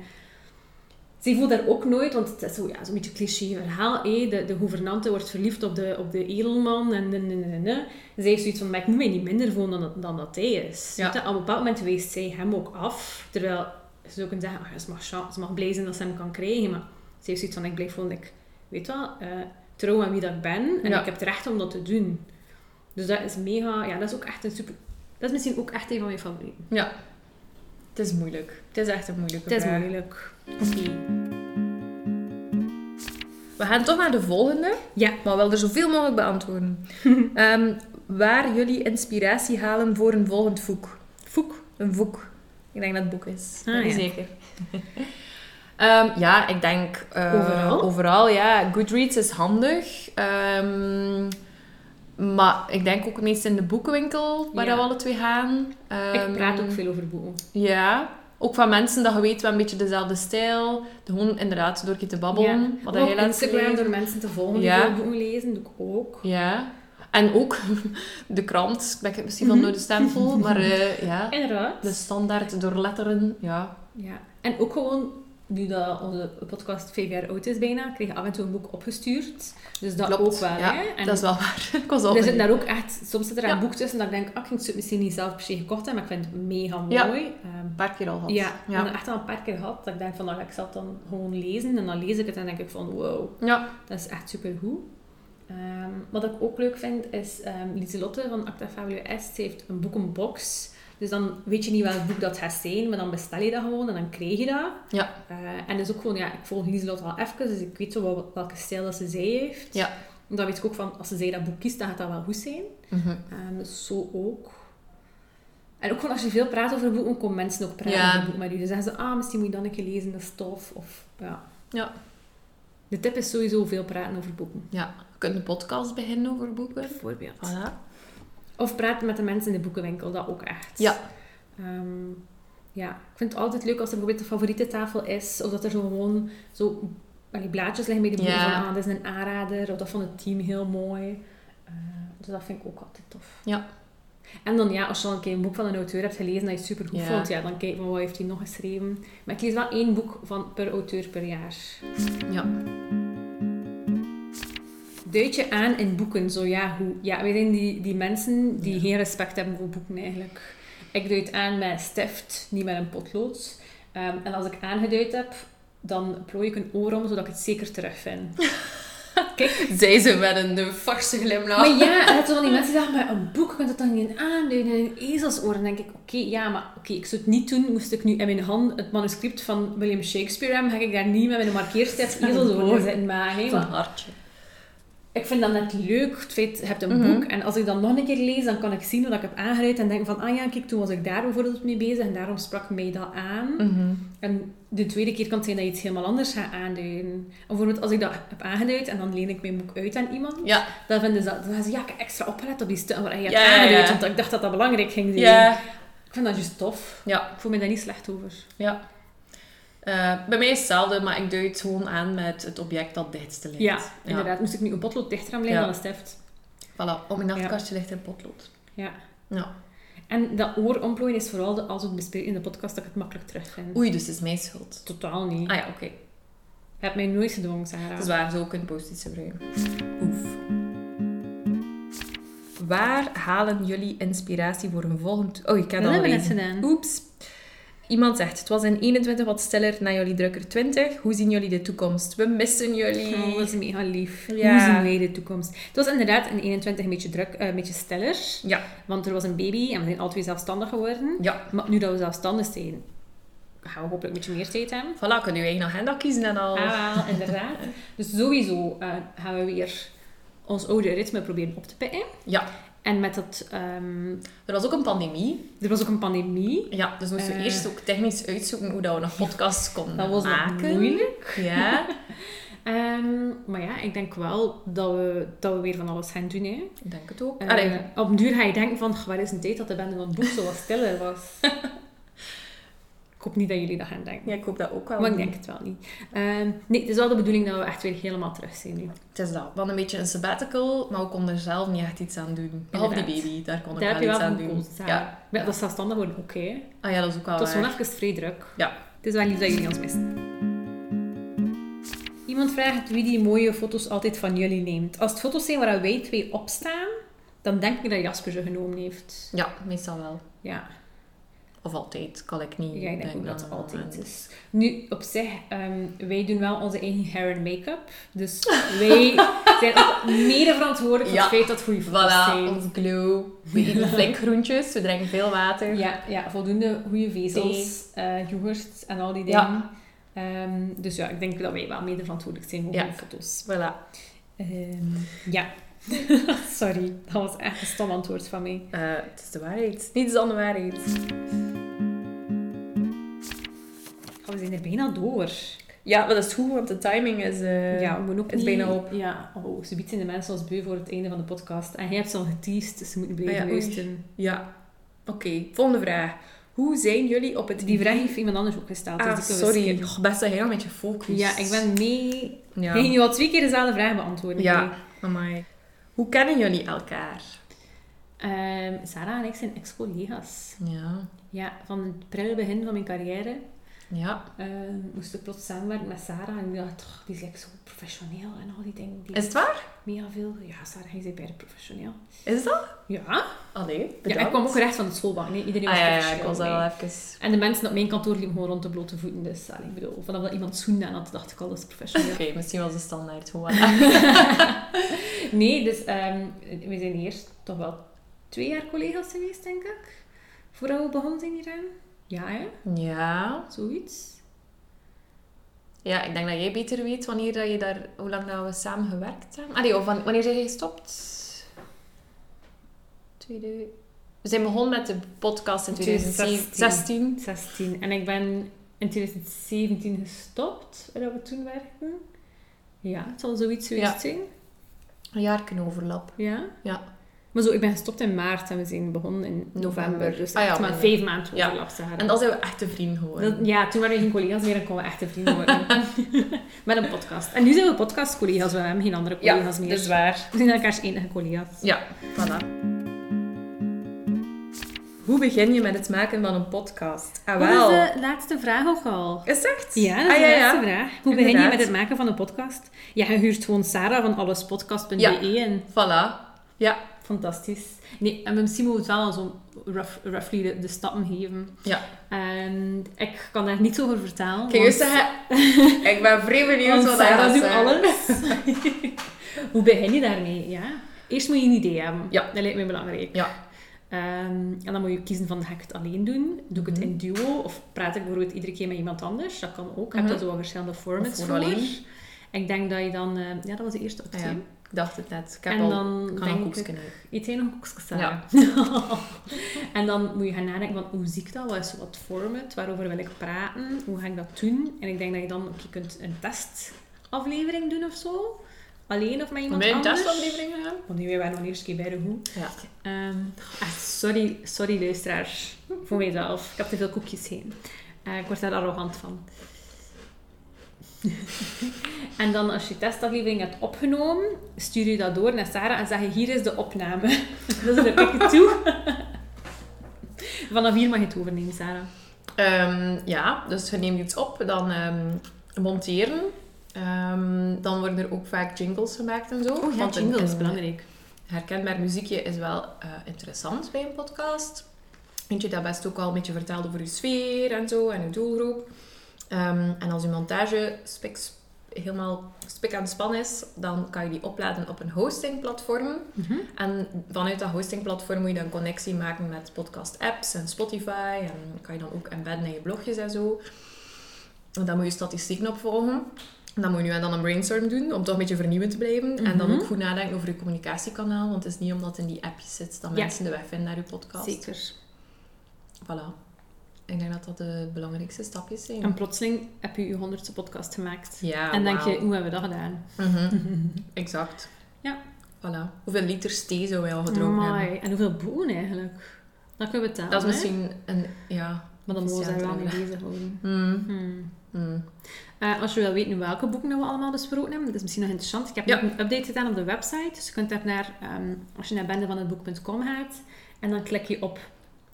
[SPEAKER 3] ze voelt daar ook nooit, want het is zo, ja, zo'n beetje cliché verhaal. hé. De, de gouvernante wordt verliefd op de, op de edelman en ne, ne, ne, ne. Zij heeft zoiets van, maar ik moet mij niet minder voelen dan, dat- dan dat hij is.
[SPEAKER 2] Ja.
[SPEAKER 3] Weet je, Op een bepaald moment wijst zij hem ook af. Terwijl ze zou kunnen zeggen, ah, ze, mag, chan- ze mag blij zijn dat ze hem kan krijgen. Maar ze heeft zoiets van, ik blijf gewoon, ik weet wel, eh, trouw aan wie dat ik ben. En
[SPEAKER 2] Ja.
[SPEAKER 3] ik heb het recht om dat te doen. Dus dat is mega, ja, dat is ook echt een super... Dat is misschien ook echt een van mijn favorieten.
[SPEAKER 2] Het is moeilijk. Het is echt een moeilijke
[SPEAKER 3] Het is
[SPEAKER 2] vraag.
[SPEAKER 3] moeilijk.
[SPEAKER 2] We gaan toch naar de volgende.
[SPEAKER 3] Ja.
[SPEAKER 2] Maar wel er zoveel mogelijk beantwoorden. Ehm, waar jullie inspiratie halen voor een volgend voek.
[SPEAKER 3] Foek.
[SPEAKER 2] Een voek. Ik denk dat het boek is.
[SPEAKER 3] Ah,
[SPEAKER 2] dat is
[SPEAKER 3] ja.
[SPEAKER 2] zeker. Ehm, ja, ik denk... eh,
[SPEAKER 3] Overal?
[SPEAKER 2] Overal, ja. Goodreads is handig. Ehm, maar ik denk ook het meest in de boekenwinkel, waar
[SPEAKER 3] Ja.
[SPEAKER 2] dat we alle twee gaan.
[SPEAKER 3] Ik praat
[SPEAKER 2] Ehm,
[SPEAKER 3] ook veel over boeken.
[SPEAKER 2] Ja, ook van mensen dat je weet wel een beetje dezelfde stijl. Gewoon inderdaad door je te babbelen.
[SPEAKER 3] Ja.
[SPEAKER 2] Wat
[SPEAKER 3] Of
[SPEAKER 2] dat
[SPEAKER 3] op
[SPEAKER 2] jij laatst
[SPEAKER 3] Instagram
[SPEAKER 2] deed.
[SPEAKER 3] door mensen te volgen die
[SPEAKER 2] Ja.
[SPEAKER 3] veel boeken lezen, doe ik ook.
[SPEAKER 2] Ja. En ook de krant. Ben ik misschien van
[SPEAKER 3] Mhm.
[SPEAKER 2] door de stempel. Maar eh, ja,
[SPEAKER 3] Inderdaad.
[SPEAKER 2] de standaard door letteren. Ja.
[SPEAKER 3] Ja. En ook gewoon, nu dat onze podcast vijf jaar oud is bijna, kreeg je af en toe een boek opgestuurd. Dus dat
[SPEAKER 2] Klopt,
[SPEAKER 3] ook wel,
[SPEAKER 2] ja.
[SPEAKER 3] hè. En
[SPEAKER 2] dat is wel waar. Ik was al
[SPEAKER 3] er zit daar ook echt, soms zit er
[SPEAKER 2] Ja.
[SPEAKER 3] een boek tussen dat ik denk, ah, ik heb het misschien niet zelf per se gekocht hebben, maar ik vind het mega mooi.
[SPEAKER 2] Ja.
[SPEAKER 3] Ehm,
[SPEAKER 2] een paar keer al gehad.
[SPEAKER 3] ja, ik heb
[SPEAKER 2] ja.
[SPEAKER 3] het echt al een paar keer gehad. Dat ik denk van, nou, ik zal het dan gewoon lezen. En dan lees ik het en denk ik van, wow,
[SPEAKER 2] Ja.
[SPEAKER 3] Dat is echt supergoed. Ehm wat ik ook leuk vind is ehm Lieselotte van Acta Fabulous. Ze heeft een boekenbox. Dus dan weet je niet welk boek dat gaat zijn, maar dan bestel je dat gewoon en dan krijg je dat.
[SPEAKER 2] Ja.
[SPEAKER 3] Eh, en dus ook gewoon, ja, ik volg Lieselotte al even, dus ik weet zo wel welke stijl dat ze zij heeft.
[SPEAKER 2] Ja.
[SPEAKER 3] En dan weet ik ook van, als ze zij dat boek kiest, dan gaat dat wel goed zijn.
[SPEAKER 2] Mhm.
[SPEAKER 3] Ehm, dus zo ook. En ook gewoon als je veel praat over boeken, komen mensen ook praten
[SPEAKER 2] Ja.
[SPEAKER 3] over boeken met je. Dan zeggen ze, ah, misschien moet je dan een keer lezen, dat is tof. Of, ja.
[SPEAKER 2] Ja.
[SPEAKER 3] De tip is sowieso veel praten over boeken.
[SPEAKER 2] ja. Je kunt een podcast beginnen over boeken.
[SPEAKER 3] Bijvoorbeeld.
[SPEAKER 2] Voilà.
[SPEAKER 3] Of praten met de mensen in de boekenwinkel, dat ook echt.
[SPEAKER 2] Ja.
[SPEAKER 3] Ehm, ja, ik vind het altijd leuk als er bijvoorbeeld een favoriete tafel is, of dat er zo gewoon zo allee, blaadjes liggen bij de boeken
[SPEAKER 2] Ja.
[SPEAKER 3] van, ah, dit is een aanrader, of dat vond het team heel mooi. Eh, dus dat vind ik ook altijd tof.
[SPEAKER 2] Ja.
[SPEAKER 3] En dan ja, als je dan een keer een boek van een auteur hebt gelezen dat je het supergoed
[SPEAKER 2] Ja.
[SPEAKER 3] vond, ja, dan kijk van wat heeft hij nog geschreven. Maar ik lees wel één boek van per auteur per jaar.
[SPEAKER 2] Ja.
[SPEAKER 3] Duid je aan in boeken, zo ja, hoe? Ja, wij zijn die, die mensen die geen respect hebben voor boeken eigenlijk. Ik duid aan met een stift, niet met een potlood. Ehm, en als ik aangeduid heb, dan plooi ik een oor om, zodat ik het zeker terugvind. Kijk.
[SPEAKER 2] Zij ze met een farse glimlach.
[SPEAKER 3] Maar ja, en het zijn van die mensen die zeggen, maar een boek je kunt dat dan niet aanduiden in een ezelsoor. Dan denk ik, oké, ja, maar oké, ik zou het niet doen. Moest ik nu in mijn hand het manuscript van William Shakespeare hebben, ga ik daar niet met mijn markeerstift ezelsoor in zitten maken. hè,
[SPEAKER 2] Van
[SPEAKER 3] maar-
[SPEAKER 2] hartje.
[SPEAKER 3] ik vind dat net leuk, het feit, je hebt een
[SPEAKER 2] Mhm.
[SPEAKER 3] boek en als ik dat nog een keer lees, dan kan ik zien wat ik heb aangeruid en denk van, ah ja, kijk, toen was ik daar bijvoorbeeld mee bezig en daarom sprak mij dat aan.
[SPEAKER 2] Mhm.
[SPEAKER 3] En de tweede keer kan het zijn dat je iets helemaal anders gaat aanduiden. En bijvoorbeeld als ik dat heb aangeduid en dan leen ik mijn boek uit aan iemand,
[SPEAKER 2] Ja.
[SPEAKER 3] dan vinden ze dat, dan zeggen ze, ja, ik heb extra opgelet op die stukken waar je hebt
[SPEAKER 2] Ja, ja, ja.
[SPEAKER 3] aangeduid, want ik dacht dat dat belangrijk ging zijn.
[SPEAKER 2] Ja.
[SPEAKER 3] Ik vind dat juist tof.
[SPEAKER 2] Ja.
[SPEAKER 3] Ik voel me daar niet slecht over.
[SPEAKER 2] Ja. Eh, bij mij is hetzelfde, maar ik duid gewoon aan met het object dat het dichtste ligt.
[SPEAKER 3] Ja, inderdaad. Moest ik nu een potlood dichter aan leggen
[SPEAKER 2] Ja.
[SPEAKER 3] dan een stift?
[SPEAKER 2] Voilà, op mijn nachtkastje ligt een potlood.
[SPEAKER 3] Ja.
[SPEAKER 2] Ja.
[SPEAKER 3] En dat oor omplooien is vooral de, als we het bespreken in de podcast dat ik het makkelijk terugvind.
[SPEAKER 2] Oei, dus het is mijn schuld.
[SPEAKER 3] Totaal niet.
[SPEAKER 2] Ah ja, oké.
[SPEAKER 3] Je hebt mij nooit gedwongen, Sarah.
[SPEAKER 2] Dat is waar, zo kunnen post-its gebruiken. Oef. Waar halen jullie inspiratie voor een volgend... Oh, ik kan
[SPEAKER 3] dat
[SPEAKER 2] al
[SPEAKER 3] hebben we net
[SPEAKER 2] lezen.
[SPEAKER 3] gedaan.
[SPEAKER 2] Oeps. Iemand zegt, het was in 21 wat stiller, na jullie drukker 20. Hoe zien jullie de toekomst? We missen jullie.
[SPEAKER 3] Oh, dat is mega lief.
[SPEAKER 2] Ja.
[SPEAKER 3] Hoe zien wij de toekomst? Het was inderdaad in 21 een beetje druk, eh, een beetje stiller.
[SPEAKER 2] Ja.
[SPEAKER 3] Want er was een baby en we zijn alle twee zelfstandig geworden.
[SPEAKER 2] Ja.
[SPEAKER 3] Maar nu dat we zelfstandig zijn, gaan we hopelijk een beetje meer tijd hebben.
[SPEAKER 2] Voilà, kunnen je eigen agenda kiezen en al.
[SPEAKER 3] Ah, wel, inderdaad. Dus sowieso eh, gaan we weer ons oude ritme proberen op te pikken.
[SPEAKER 2] Ja.
[SPEAKER 3] En met dat... ehm,
[SPEAKER 2] Er was ook een pandemie.
[SPEAKER 3] er was ook een pandemie.
[SPEAKER 2] Ja, dus moesten we
[SPEAKER 3] Eh.
[SPEAKER 2] eerst ook technisch uitzoeken hoe dat we nog podcasts konden
[SPEAKER 3] Dat was nog
[SPEAKER 2] maken.
[SPEAKER 3] moeilijk.
[SPEAKER 2] Ja.
[SPEAKER 3] Ehm, maar ja, ik denk wel dat we, dat we weer van alles gaan doen. Hè.
[SPEAKER 2] Ik denk het ook.
[SPEAKER 3] Eh,
[SPEAKER 2] Allee,
[SPEAKER 3] op een duur ga je denken van, "Goh, waar is een tijd dat de bende van het boek zo wat stiller was. ik hoop niet dat jullie dat gaan denken.
[SPEAKER 2] ja, ik hoop dat ook wel.
[SPEAKER 3] Maar ik denk het wel niet. Ehm, nee, het is wel de bedoeling dat we echt weer helemaal terug zijn nu.
[SPEAKER 2] Het is dat. Wel een beetje een sabbatical, maar we konden er zelf niet echt iets aan doen. Behalve die
[SPEAKER 3] Inderdaad.
[SPEAKER 2] baby, daar kon ik
[SPEAKER 3] Daar heb je
[SPEAKER 2] wel
[SPEAKER 3] wel
[SPEAKER 2] iets aan
[SPEAKER 3] van
[SPEAKER 2] doen.
[SPEAKER 3] gekozen.
[SPEAKER 2] Ja.
[SPEAKER 3] Ja. Maar Dat is zelfstandig worden oké. hè.
[SPEAKER 2] Ah ja, dat is ook wel
[SPEAKER 3] Het was
[SPEAKER 2] waar.
[SPEAKER 3] gewoon even vrij druk.
[SPEAKER 2] Ja.
[SPEAKER 3] Het is wel lief dat jullie ons missen. Iemand vraagt wie die mooie foto's altijd van jullie neemt. Als het foto's zijn waar wij twee op staan, dan denk ik dat Jasper ze genomen heeft.
[SPEAKER 2] Ja, meestal wel.
[SPEAKER 3] Ja,
[SPEAKER 2] Of altijd, kan ik niet.
[SPEAKER 3] ja ik denk ook dat
[SPEAKER 2] dan
[SPEAKER 3] het altijd
[SPEAKER 2] aan-
[SPEAKER 3] is. Nu, op zich, ehm, wij doen wel onze eigen hair en make-up. Dus wij zijn ook mede verantwoordelijk voor
[SPEAKER 2] Ja.
[SPEAKER 3] het feit dat goede foto's
[SPEAKER 2] Voilà,
[SPEAKER 3] zijn.
[SPEAKER 2] ons glow. We eten vlekgroentjes, we drinken veel water.
[SPEAKER 3] Ja, ja, voldoende goede vezels, eh yoghurt en al die dingen.
[SPEAKER 2] Ja.
[SPEAKER 3] Ehm, dus ja, ik denk dat wij wel mede verantwoordelijk zijn voor
[SPEAKER 2] Ja.
[SPEAKER 3] goede foto's.
[SPEAKER 2] Voilà.
[SPEAKER 3] Ehm, ja. Sorry, dat was echt een stom antwoord van mij.
[SPEAKER 2] Eh, het is de waarheid. Niets dan de waarheid.
[SPEAKER 3] Oh, we zijn er bijna door.
[SPEAKER 2] Ja, maar dat is goed, want de timing is... eh,
[SPEAKER 3] ja, we moeten ook
[SPEAKER 2] het is
[SPEAKER 3] niet-
[SPEAKER 2] bijna op.
[SPEAKER 3] Ja, oh, ze bieden de mensen als beu voor het einde van de podcast. En jij hebt ze al geteased, dus ze moeten blijven
[SPEAKER 2] Ah ja, oei.
[SPEAKER 3] luisteren.
[SPEAKER 2] ja. Oké, volgende vraag. Hoe zijn jullie op het...
[SPEAKER 3] Die vraag heeft iemand anders ook gesteld.
[SPEAKER 2] Ah,
[SPEAKER 3] dus die kunnen we
[SPEAKER 2] sorry.
[SPEAKER 3] skippen.
[SPEAKER 2] Goh, best dat jij al met je focus.
[SPEAKER 3] Ja, ik ben mee.
[SPEAKER 2] Ja.
[SPEAKER 3] Ging je al twee keer dezelfde vraag beantwoorden?
[SPEAKER 2] Ja.
[SPEAKER 3] Nee.
[SPEAKER 2] Amai. Hoe kennen jullie elkaar?
[SPEAKER 3] Ehm, Sarah en ik zijn ex-collega's.
[SPEAKER 2] Ja.
[SPEAKER 3] Ja, van het prille begin van mijn carrière
[SPEAKER 2] Ja.
[SPEAKER 3] ehm, moest ik plots samenwerken met Sarah. En ik dacht, "Toch, die is like zo professioneel en al die dingen. Die
[SPEAKER 2] Is het waar?
[SPEAKER 3] Mega veel. Ja, Sarah, hij is bijna professioneel.
[SPEAKER 2] Is dat?
[SPEAKER 3] Ja?
[SPEAKER 2] Allee, bedankt.
[SPEAKER 3] ja ik kwam ook recht van de schoolbank. Nee, iedereen
[SPEAKER 2] Ah
[SPEAKER 3] was
[SPEAKER 2] ja, ja,
[SPEAKER 3] professioneel.
[SPEAKER 2] ik was daar
[SPEAKER 3] nee.
[SPEAKER 2] wel even...
[SPEAKER 3] En de mensen op mijn kantoor liepen gewoon rond de blote voeten. Dus allee, ik bedoel, vanaf dat iemand schoenen aan had, dacht ik al, dat is professioneel.
[SPEAKER 2] Oké, misschien was de standaard gewoon...
[SPEAKER 3] nee, dus ehm, we zijn eerst toch wel twee jaar collega's geweest, denk ik. Voordat we begonnen zijn hieraan. Ja, hè?
[SPEAKER 2] ja.
[SPEAKER 3] Zoiets.
[SPEAKER 2] Ja, ik denk dat jij beter weet wanneer dat je daar... Hoe lang dat we samen gewerkt hebben. Allee, of wan- wanneer zijn jij gestopt? Tweede... We zijn begonnen met de podcast in 2016.
[SPEAKER 3] 16. En ik ben in 2017 gestopt, waar we toen werkten. Ja, het zal zoiets geweest
[SPEAKER 2] Ja.
[SPEAKER 3] zijn.
[SPEAKER 2] Een jaarken overlap.
[SPEAKER 3] Ja?
[SPEAKER 2] Ja.
[SPEAKER 3] Maar zo, ik ben gestopt in maart en we zijn begonnen in november.
[SPEAKER 2] November.
[SPEAKER 3] Dus
[SPEAKER 2] Ah ja,
[SPEAKER 3] echt maar
[SPEAKER 2] maar-
[SPEAKER 3] vijf maanden
[SPEAKER 2] Ja.
[SPEAKER 3] overlap te hebben.
[SPEAKER 2] En dan zijn we echte vrienden geworden.
[SPEAKER 3] Dat- ja, toen waren we geen collega's meer en konden we echte vrienden worden. Met een podcast. En nu zijn we podcastcollega's, we hebben geen andere
[SPEAKER 2] ja,
[SPEAKER 3] collega's meer.
[SPEAKER 2] dat is waar.
[SPEAKER 3] We zijn elkaars enige collega's.
[SPEAKER 2] Ja, voilà. Hoe begin je met het maken van een podcast? Ah, wel.
[SPEAKER 3] Dat is de laatste vraag ook al.
[SPEAKER 2] Is het echt?
[SPEAKER 3] Ja, dat is
[SPEAKER 2] Ah,
[SPEAKER 3] de
[SPEAKER 2] ja, ja.
[SPEAKER 3] laatste vraag. Hoe begin je
[SPEAKER 2] Inderdaad.
[SPEAKER 3] met het maken van een podcast? Ja, je huurt gewoon Sarah van allespodcast.be E en
[SPEAKER 2] Voilà. Ja,
[SPEAKER 3] fantastisch. Nee, en misschien moeten we het wel zo rough, roughly de, de stappen geven.
[SPEAKER 2] ja.
[SPEAKER 3] En ik kan daar niets over vertalen.
[SPEAKER 2] Kijk,
[SPEAKER 3] want-
[SPEAKER 2] juist zeggen, ik ben vrij benieuwd
[SPEAKER 3] want
[SPEAKER 2] wat hij
[SPEAKER 3] Sarah
[SPEAKER 2] gaat
[SPEAKER 3] doet
[SPEAKER 2] zeggen.
[SPEAKER 3] alles. Hoe begin je daarmee? Ja? Eerst moet je een idee hebben.
[SPEAKER 2] Ja.
[SPEAKER 3] Dat lijkt mij belangrijk.
[SPEAKER 2] Ja.
[SPEAKER 3] Ehm, en dan moet je kiezen van, ga ik het alleen doen? Doe ik het
[SPEAKER 2] Mhm.
[SPEAKER 3] in duo? Of praat ik bijvoorbeeld iedere keer met iemand anders? Dat kan ook. Ik heb
[SPEAKER 2] Mhm.
[SPEAKER 3] daar zo wel verschillende
[SPEAKER 2] Of
[SPEAKER 3] formats voor.
[SPEAKER 2] gewoon alleen.
[SPEAKER 3] Ik denk dat je dan... eh, ja, dat was de eerste
[SPEAKER 2] Ah
[SPEAKER 3] optie.
[SPEAKER 2] ja, ik dacht het net. Ik heb
[SPEAKER 3] En
[SPEAKER 2] al,
[SPEAKER 3] dan
[SPEAKER 2] ik kan
[SPEAKER 3] denk
[SPEAKER 2] al
[SPEAKER 3] ik-
[SPEAKER 2] koekjes kunnen.
[SPEAKER 3] Eet jij nog koekjes, Sarah? en dan moet je gaan nadenken van, hoe zie ik dat? Wat is wat format? Waarover wil ik praten? Hoe ga ik dat doen? En ik denk dat je dan ook je kunt een testaflevering doen of zo. Alleen of met iemand
[SPEAKER 2] Wil je een
[SPEAKER 3] anders.
[SPEAKER 2] testaflevering gaan?
[SPEAKER 3] Want nu, wij waren nog eerst keer bij de hoe.
[SPEAKER 2] Ja.
[SPEAKER 3] Ehm, echt, sorry, sorry luisteraars. Voor mijzelf. Ik heb te veel koekjes heen. Eh, ik word daar arrogant van. en dan als je testaflevering hebt opgenomen, stuur je dat door naar Sarah en zeg je, hier is de opname. dat is een het toe. Vanaf hier mag je het overnemen, Sarah.
[SPEAKER 2] Ehm, ja, dus je neemt iets op, dan ehm, monteren. Ehm, dan worden er ook vaak jingles gemaakt en zo.
[SPEAKER 3] Oh ja,
[SPEAKER 2] Want een-
[SPEAKER 3] jingle is
[SPEAKER 2] een
[SPEAKER 3] belangrijk.
[SPEAKER 2] Herkenbaar muziekje is wel eh, interessant bij een podcast. Vind je dat best ook al een beetje verteld over je sfeer en zo en je doelgroep. Ehm, en als je montage spik, sp- helemaal spik aan span is, dan kan je die opladen op een hostingplatform.
[SPEAKER 3] Mhm.
[SPEAKER 2] En vanuit dat hostingplatform moet je dan connectie maken met podcast-apps en Spotify. En kan je dan ook embedden in je blogjes en zo. En dan moet je statistieken opvolgen. En dan moet je nu en dan een brainstorm doen, om toch een beetje vernieuwend te blijven. En dan
[SPEAKER 3] Mhm.
[SPEAKER 2] ook goed nadenken over je communicatiekanaal. Want het is niet omdat het in die appjes zit dat
[SPEAKER 3] Ja.
[SPEAKER 2] mensen de weg vinden naar je podcast.
[SPEAKER 3] Zeker.
[SPEAKER 2] Voilà. Ik denk dat dat de belangrijkste stapjes zijn.
[SPEAKER 3] En plotseling heb je je honderdste podcast gemaakt.
[SPEAKER 2] Ja,
[SPEAKER 3] en denk je,
[SPEAKER 2] wauw.
[SPEAKER 3] hoe hebben we dat gedaan?
[SPEAKER 2] Mhm, Exact.
[SPEAKER 3] Ja.
[SPEAKER 2] Voilà. Hoeveel liters thee zou wij al gedronken hebben?
[SPEAKER 3] Amai. En hoeveel boeken eigenlijk? Dat kunnen we tellen,
[SPEAKER 2] Dat is
[SPEAKER 3] hè?
[SPEAKER 2] misschien een... Ja.
[SPEAKER 3] Maar dan mogen we
[SPEAKER 2] Ja,
[SPEAKER 3] daar wel mee
[SPEAKER 2] inderdaad.
[SPEAKER 3] bezig houden.
[SPEAKER 2] Mm,
[SPEAKER 3] Hmm.
[SPEAKER 2] mm.
[SPEAKER 3] Eh, als je wil weten welke boeken dat we allemaal besproken hebben, dat is misschien nog interessant. Ik heb
[SPEAKER 2] Ja.
[SPEAKER 3] nog een update gedaan op de website. Dus je kunt daar naar, ehm, als je naar bendevanhetboek.com gaat, en dan klik je op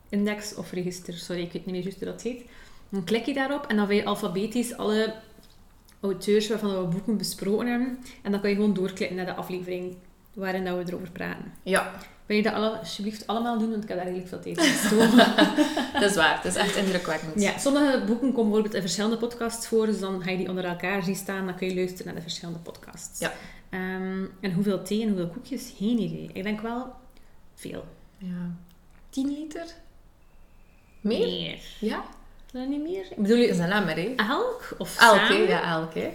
[SPEAKER 3] index of register, sorry, ik weet niet meer juist hoe dat heet. Dan klik je daarop en dan vind je alfabetisch alle auteurs waarvan we boeken besproken hebben. En dan kan je gewoon doorklikken naar de aflevering waarin dat we erover praten.
[SPEAKER 2] Ja,
[SPEAKER 3] Wil je dat alle- alsjeblieft allemaal doen, want ik heb daar eigenlijk veel tijd in gestoken.
[SPEAKER 2] dat is waar. Het is echt indrukwekkend.
[SPEAKER 3] Ja, sommige boeken komen bijvoorbeeld in verschillende podcasts voor, dus dan ga je die onder elkaar zien staan, dan kun je luisteren naar de verschillende podcasts.
[SPEAKER 2] Ja.
[SPEAKER 3] Ehm, en hoeveel thee en hoeveel koekjes? Geen idee. Ik denk wel veel.
[SPEAKER 2] Ja. 10 liter? Meer?
[SPEAKER 3] Meer.
[SPEAKER 2] Ja.
[SPEAKER 3] Is dat niet meer?
[SPEAKER 2] Ik bedoel, het is een emmer, hè?
[SPEAKER 3] Elk of
[SPEAKER 2] Elke,
[SPEAKER 3] Ah, samen?
[SPEAKER 2] ja, ah, elke.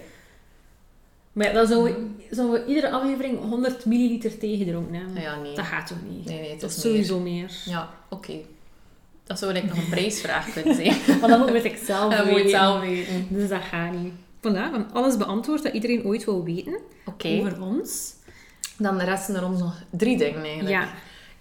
[SPEAKER 3] Maar ja, dan zouden we, zouden we iedere aflevering 100 milliliter thee gedronken hebben.
[SPEAKER 2] Ah, Ja, nee.
[SPEAKER 3] Dat gaat toch niet?
[SPEAKER 2] Nee, nee, het
[SPEAKER 3] dat
[SPEAKER 2] is
[SPEAKER 3] is
[SPEAKER 2] meer.
[SPEAKER 3] sowieso meer.
[SPEAKER 2] Ja, oké. Dat zou ik nog een prijsvraag kunnen zijn.
[SPEAKER 3] Maar dan moet ik zelf
[SPEAKER 2] Dat moet je het
[SPEAKER 3] weten.
[SPEAKER 2] zelf weten.
[SPEAKER 3] Dus dat gaat niet. Voilà, we hebben alles beantwoord dat iedereen ooit wil weten
[SPEAKER 2] Oké.
[SPEAKER 3] over ons.
[SPEAKER 2] Dan resten er ons nog drie dingen eigenlijk.
[SPEAKER 3] Ja.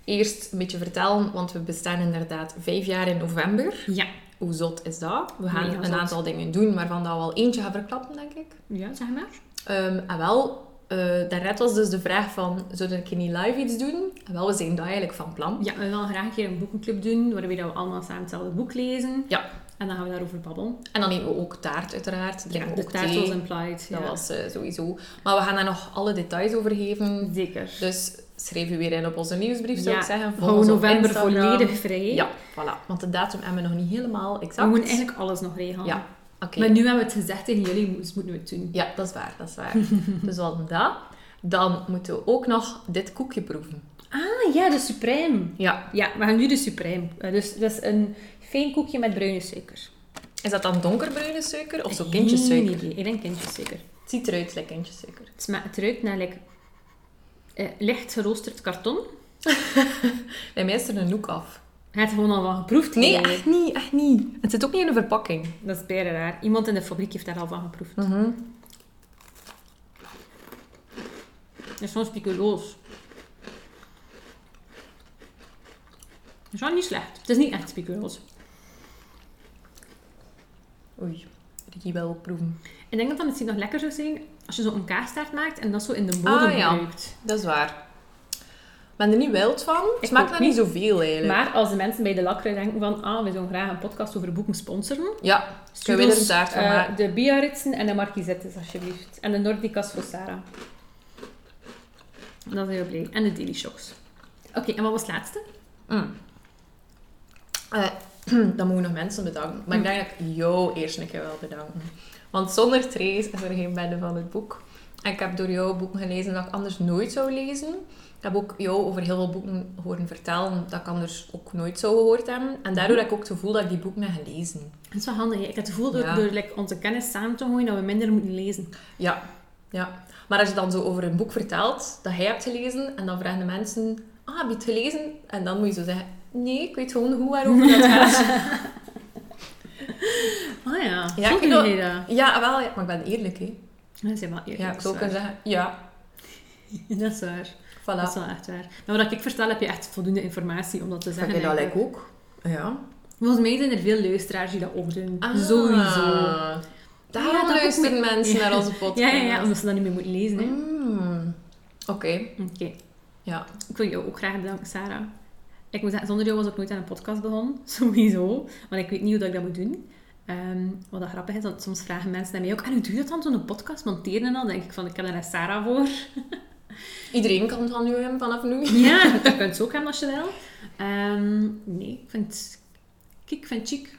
[SPEAKER 2] Eerst een beetje vertellen, want we bestaan inderdaad vijf jaar in november.
[SPEAKER 3] Ja.
[SPEAKER 2] Hoe zot is dat? We gaan
[SPEAKER 3] Mega
[SPEAKER 2] een
[SPEAKER 3] zot.
[SPEAKER 2] aantal dingen doen, waarvan dat we al eentje gaan verklappen, denk ik.
[SPEAKER 3] Ja, zeg maar.
[SPEAKER 2] Ehm, en wel, eh, daarnet was dus de vraag van, zouden we een keer niet live iets doen? En wel, we zijn daar eigenlijk van plan.
[SPEAKER 3] Ja, we willen graag een keer een boekenclub doen, waarbij dat we allemaal samen hetzelfde boek lezen.
[SPEAKER 2] Ja.
[SPEAKER 3] En dan gaan we daarover babbelen.
[SPEAKER 2] En dan eten we ook taart, uiteraard. Drinken we
[SPEAKER 3] de
[SPEAKER 2] ook
[SPEAKER 3] taart
[SPEAKER 2] thee.
[SPEAKER 3] was implied.
[SPEAKER 2] Dat
[SPEAKER 3] ja.
[SPEAKER 2] was eh, sowieso. Maar we gaan daar nog alle details over geven.
[SPEAKER 3] zeker.
[SPEAKER 2] Dus schrijf u weer in op onze nieuwsbrief, zou
[SPEAKER 3] Ja,
[SPEAKER 2] ik zeggen. Volg
[SPEAKER 3] Hou
[SPEAKER 2] ons op
[SPEAKER 3] november
[SPEAKER 2] Instagram.
[SPEAKER 3] volledig vrij.
[SPEAKER 2] Ja, voilà. Want de datum hebben we nog niet helemaal exact.
[SPEAKER 3] We moeten eigenlijk alles nog regelen.
[SPEAKER 2] Ja, oké.
[SPEAKER 3] Maar nu hebben we het gezegd tegen jullie, dus moeten we het doen.
[SPEAKER 2] Ja, dat is waar, dat is waar. dus we hadden dat. Dan moeten we ook nog dit koekje proeven.
[SPEAKER 3] Ah ja, de Supreme.
[SPEAKER 2] Ja.
[SPEAKER 3] Ja, we gaan nu de Supreme. Eh, Dus dat is een fijn koekje met bruine suiker.
[SPEAKER 2] Is dat dan donkerbruine suiker of zo
[SPEAKER 3] Geen
[SPEAKER 2] kindjessuiker?
[SPEAKER 3] idee. Ik denk kindjessuiker.
[SPEAKER 2] Het ziet eruit like kindjessuiker.
[SPEAKER 3] Het, smaakt, het ruikt naar like, eh, licht geroosterd karton.
[SPEAKER 2] Bij mij is er een look af.
[SPEAKER 3] Je hebt er gewoon al van geproefd.
[SPEAKER 2] Nee,
[SPEAKER 3] eigenlijk.
[SPEAKER 2] echt niet, echt niet. Het zit ook niet in de verpakking.
[SPEAKER 3] Dat is bijna raar. Iemand in de fabriek heeft daar al van geproefd.
[SPEAKER 2] Mhm.
[SPEAKER 3] Dat is soms piculoos. Dat is wel niet slecht. Het is niet echt piculoos.
[SPEAKER 2] Oei, die wil ook proeven.
[SPEAKER 3] Ik denk dat dat misschien nog lekker zou zijn als je zo'n kaastaart maakt en dat zo in de bodem
[SPEAKER 2] Ah, ja.
[SPEAKER 3] ruikt.
[SPEAKER 2] Dat is waar. Ik ben er niet wild van. Het
[SPEAKER 3] Ik
[SPEAKER 2] smaakt
[SPEAKER 3] ook
[SPEAKER 2] naar
[SPEAKER 3] niet.
[SPEAKER 2] niet zoveel eigenlijk.
[SPEAKER 3] Maar als de mensen bij de lakker denken van ah, we zouden graag een podcast over boeken sponsoren.
[SPEAKER 2] Ja,
[SPEAKER 3] stuur
[SPEAKER 2] Kunnen we er
[SPEAKER 3] ons,
[SPEAKER 2] een taart van
[SPEAKER 3] eh,
[SPEAKER 2] maken?
[SPEAKER 3] de Biarritzen en de Marquisettes alsjeblieft. En de Nordicas voor Sarah. Dat is heel blij. En de Daily Shocks. Oké, en wat was het laatste?
[SPEAKER 2] Mm. Eh, dan mogen nog mensen bedanken. Maar ik denk dat ik jou eerst een keer wil bedanken. Want zonder Trace is er geen bende van het boek. En ik heb door jou boeken gelezen dat ik anders nooit zou lezen. Ik heb ook jou over heel veel boeken horen vertellen dat ik anders ook nooit zou gehoord hebben. En daardoor heb ik ook het gevoel dat ik die boeken heb gelezen.
[SPEAKER 3] Dat is wel handig. hè. Ik heb het gevoel door,
[SPEAKER 2] Ja.
[SPEAKER 3] door like, onze kennis samen te gooien dat we minder moeten lezen.
[SPEAKER 2] Ja, ja. Maar als je dan zo over een boek vertelt dat jij hebt gelezen, en dan vragen de mensen: Ah, heb je het gelezen? En dan moet je zo zeggen: Nee, ik weet gewoon hoe waarover dat gaat.
[SPEAKER 3] Ah ja,
[SPEAKER 2] Ja,
[SPEAKER 3] zo
[SPEAKER 2] ik
[SPEAKER 3] doen
[SPEAKER 2] wil-
[SPEAKER 3] jullie dat.
[SPEAKER 2] ja, wel, ja, maar ik ben eerlijk, hè?
[SPEAKER 3] Dat is helemaal eerlijk.
[SPEAKER 2] Ja, ik zou
[SPEAKER 3] dat,
[SPEAKER 2] kunnen
[SPEAKER 3] is
[SPEAKER 2] zeggen: Ja,
[SPEAKER 3] waar. dat is waar. Dat is
[SPEAKER 2] voilà.
[SPEAKER 3] wel echt waar. Maar wat ik vertel, heb je echt voldoende informatie om dat te zeggen. eigenlijk.
[SPEAKER 2] ook. Ja.
[SPEAKER 3] Volgens mij zijn er veel luisteraars die dat ook doen.
[SPEAKER 2] Ah.
[SPEAKER 3] Sowieso.
[SPEAKER 2] Daarom
[SPEAKER 3] Ja, Ah. dat
[SPEAKER 2] luisteren
[SPEAKER 3] ook met-
[SPEAKER 2] mensen naar onze podcast.
[SPEAKER 3] Ja, ja, ja, omdat ze dat niet meer moeten lezen. hè.
[SPEAKER 2] Mm. Oké,
[SPEAKER 3] Oké.
[SPEAKER 2] ja.
[SPEAKER 3] Ik wil jou ook graag bedanken, Sarah. Ik moet zeggen, zonder jou was ik nooit aan een podcast begonnen. Sowieso. Want ik weet niet hoe dat ik dat moet doen. Ehm, wat dat grappig is, want soms vragen mensen naar mij ook... En hoe doe je dat dan, zo'n podcast monteren en al? denk ik van, ik heb daar een Sarah voor.
[SPEAKER 2] Iedereen kan het van nu hebben vanaf nu.
[SPEAKER 3] Ja, dat kunt ze ook hebben als je wil. Ehm, nee, ik vind... Kijk, ik vind chic.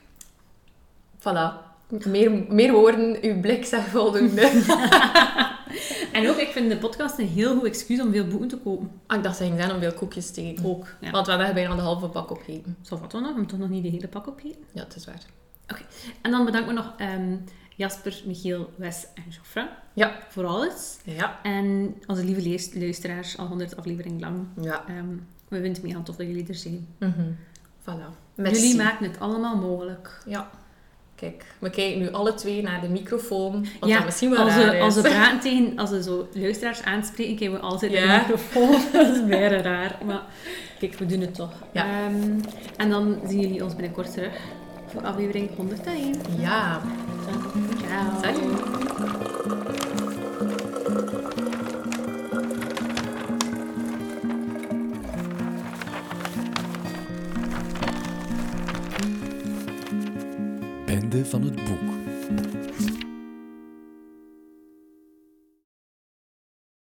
[SPEAKER 2] Voilà. Meer, meer woorden, uw blik zegt voldoende.
[SPEAKER 3] En ook, ik vind de podcast een heel goed excuus om veel boeken te kopen.
[SPEAKER 2] ah, ik dacht, ze ging zijn om veel koekjes te eten.
[SPEAKER 3] Ook. Ja.
[SPEAKER 2] Want we hebben bijna de halve bak opgegeten.
[SPEAKER 3] Zo wat dan nog, we moeten toch nog niet de hele pak opeten.
[SPEAKER 2] Ja, het is waar.
[SPEAKER 3] En dan bedanken we nog ehm, Jasper, Michiel, Wes en Joffre
[SPEAKER 2] Ja.
[SPEAKER 3] voor alles.
[SPEAKER 2] Ja.
[SPEAKER 3] En onze lieve lees- luisteraars, al 100 afleveringen lang.
[SPEAKER 2] Ja.
[SPEAKER 3] Ehm, we vinden het mega tof dat jullie er zijn.
[SPEAKER 2] Mhm. Voilà.
[SPEAKER 3] Jullie
[SPEAKER 2] Merci.
[SPEAKER 3] maken het allemaal mogelijk.
[SPEAKER 2] Ja. Kijk, we kijken nu alle twee naar de microfoon. Wat
[SPEAKER 3] Ja,
[SPEAKER 2] dan misschien wel
[SPEAKER 3] Als
[SPEAKER 2] raar
[SPEAKER 3] we,
[SPEAKER 2] is.
[SPEAKER 3] als, we praten tegen, als we zo luisteraars aanspreken, kijken we altijd in de
[SPEAKER 2] Ja.
[SPEAKER 3] microfoon. dat is bijna raar. Maar kijk, we doen het toch.
[SPEAKER 2] Ja.
[SPEAKER 3] Ehm, en dan zien jullie ons binnenkort terug voor aflevering 101.
[SPEAKER 2] Ja.
[SPEAKER 3] Ciao.
[SPEAKER 2] Salut.
[SPEAKER 1] Bende van het Boek.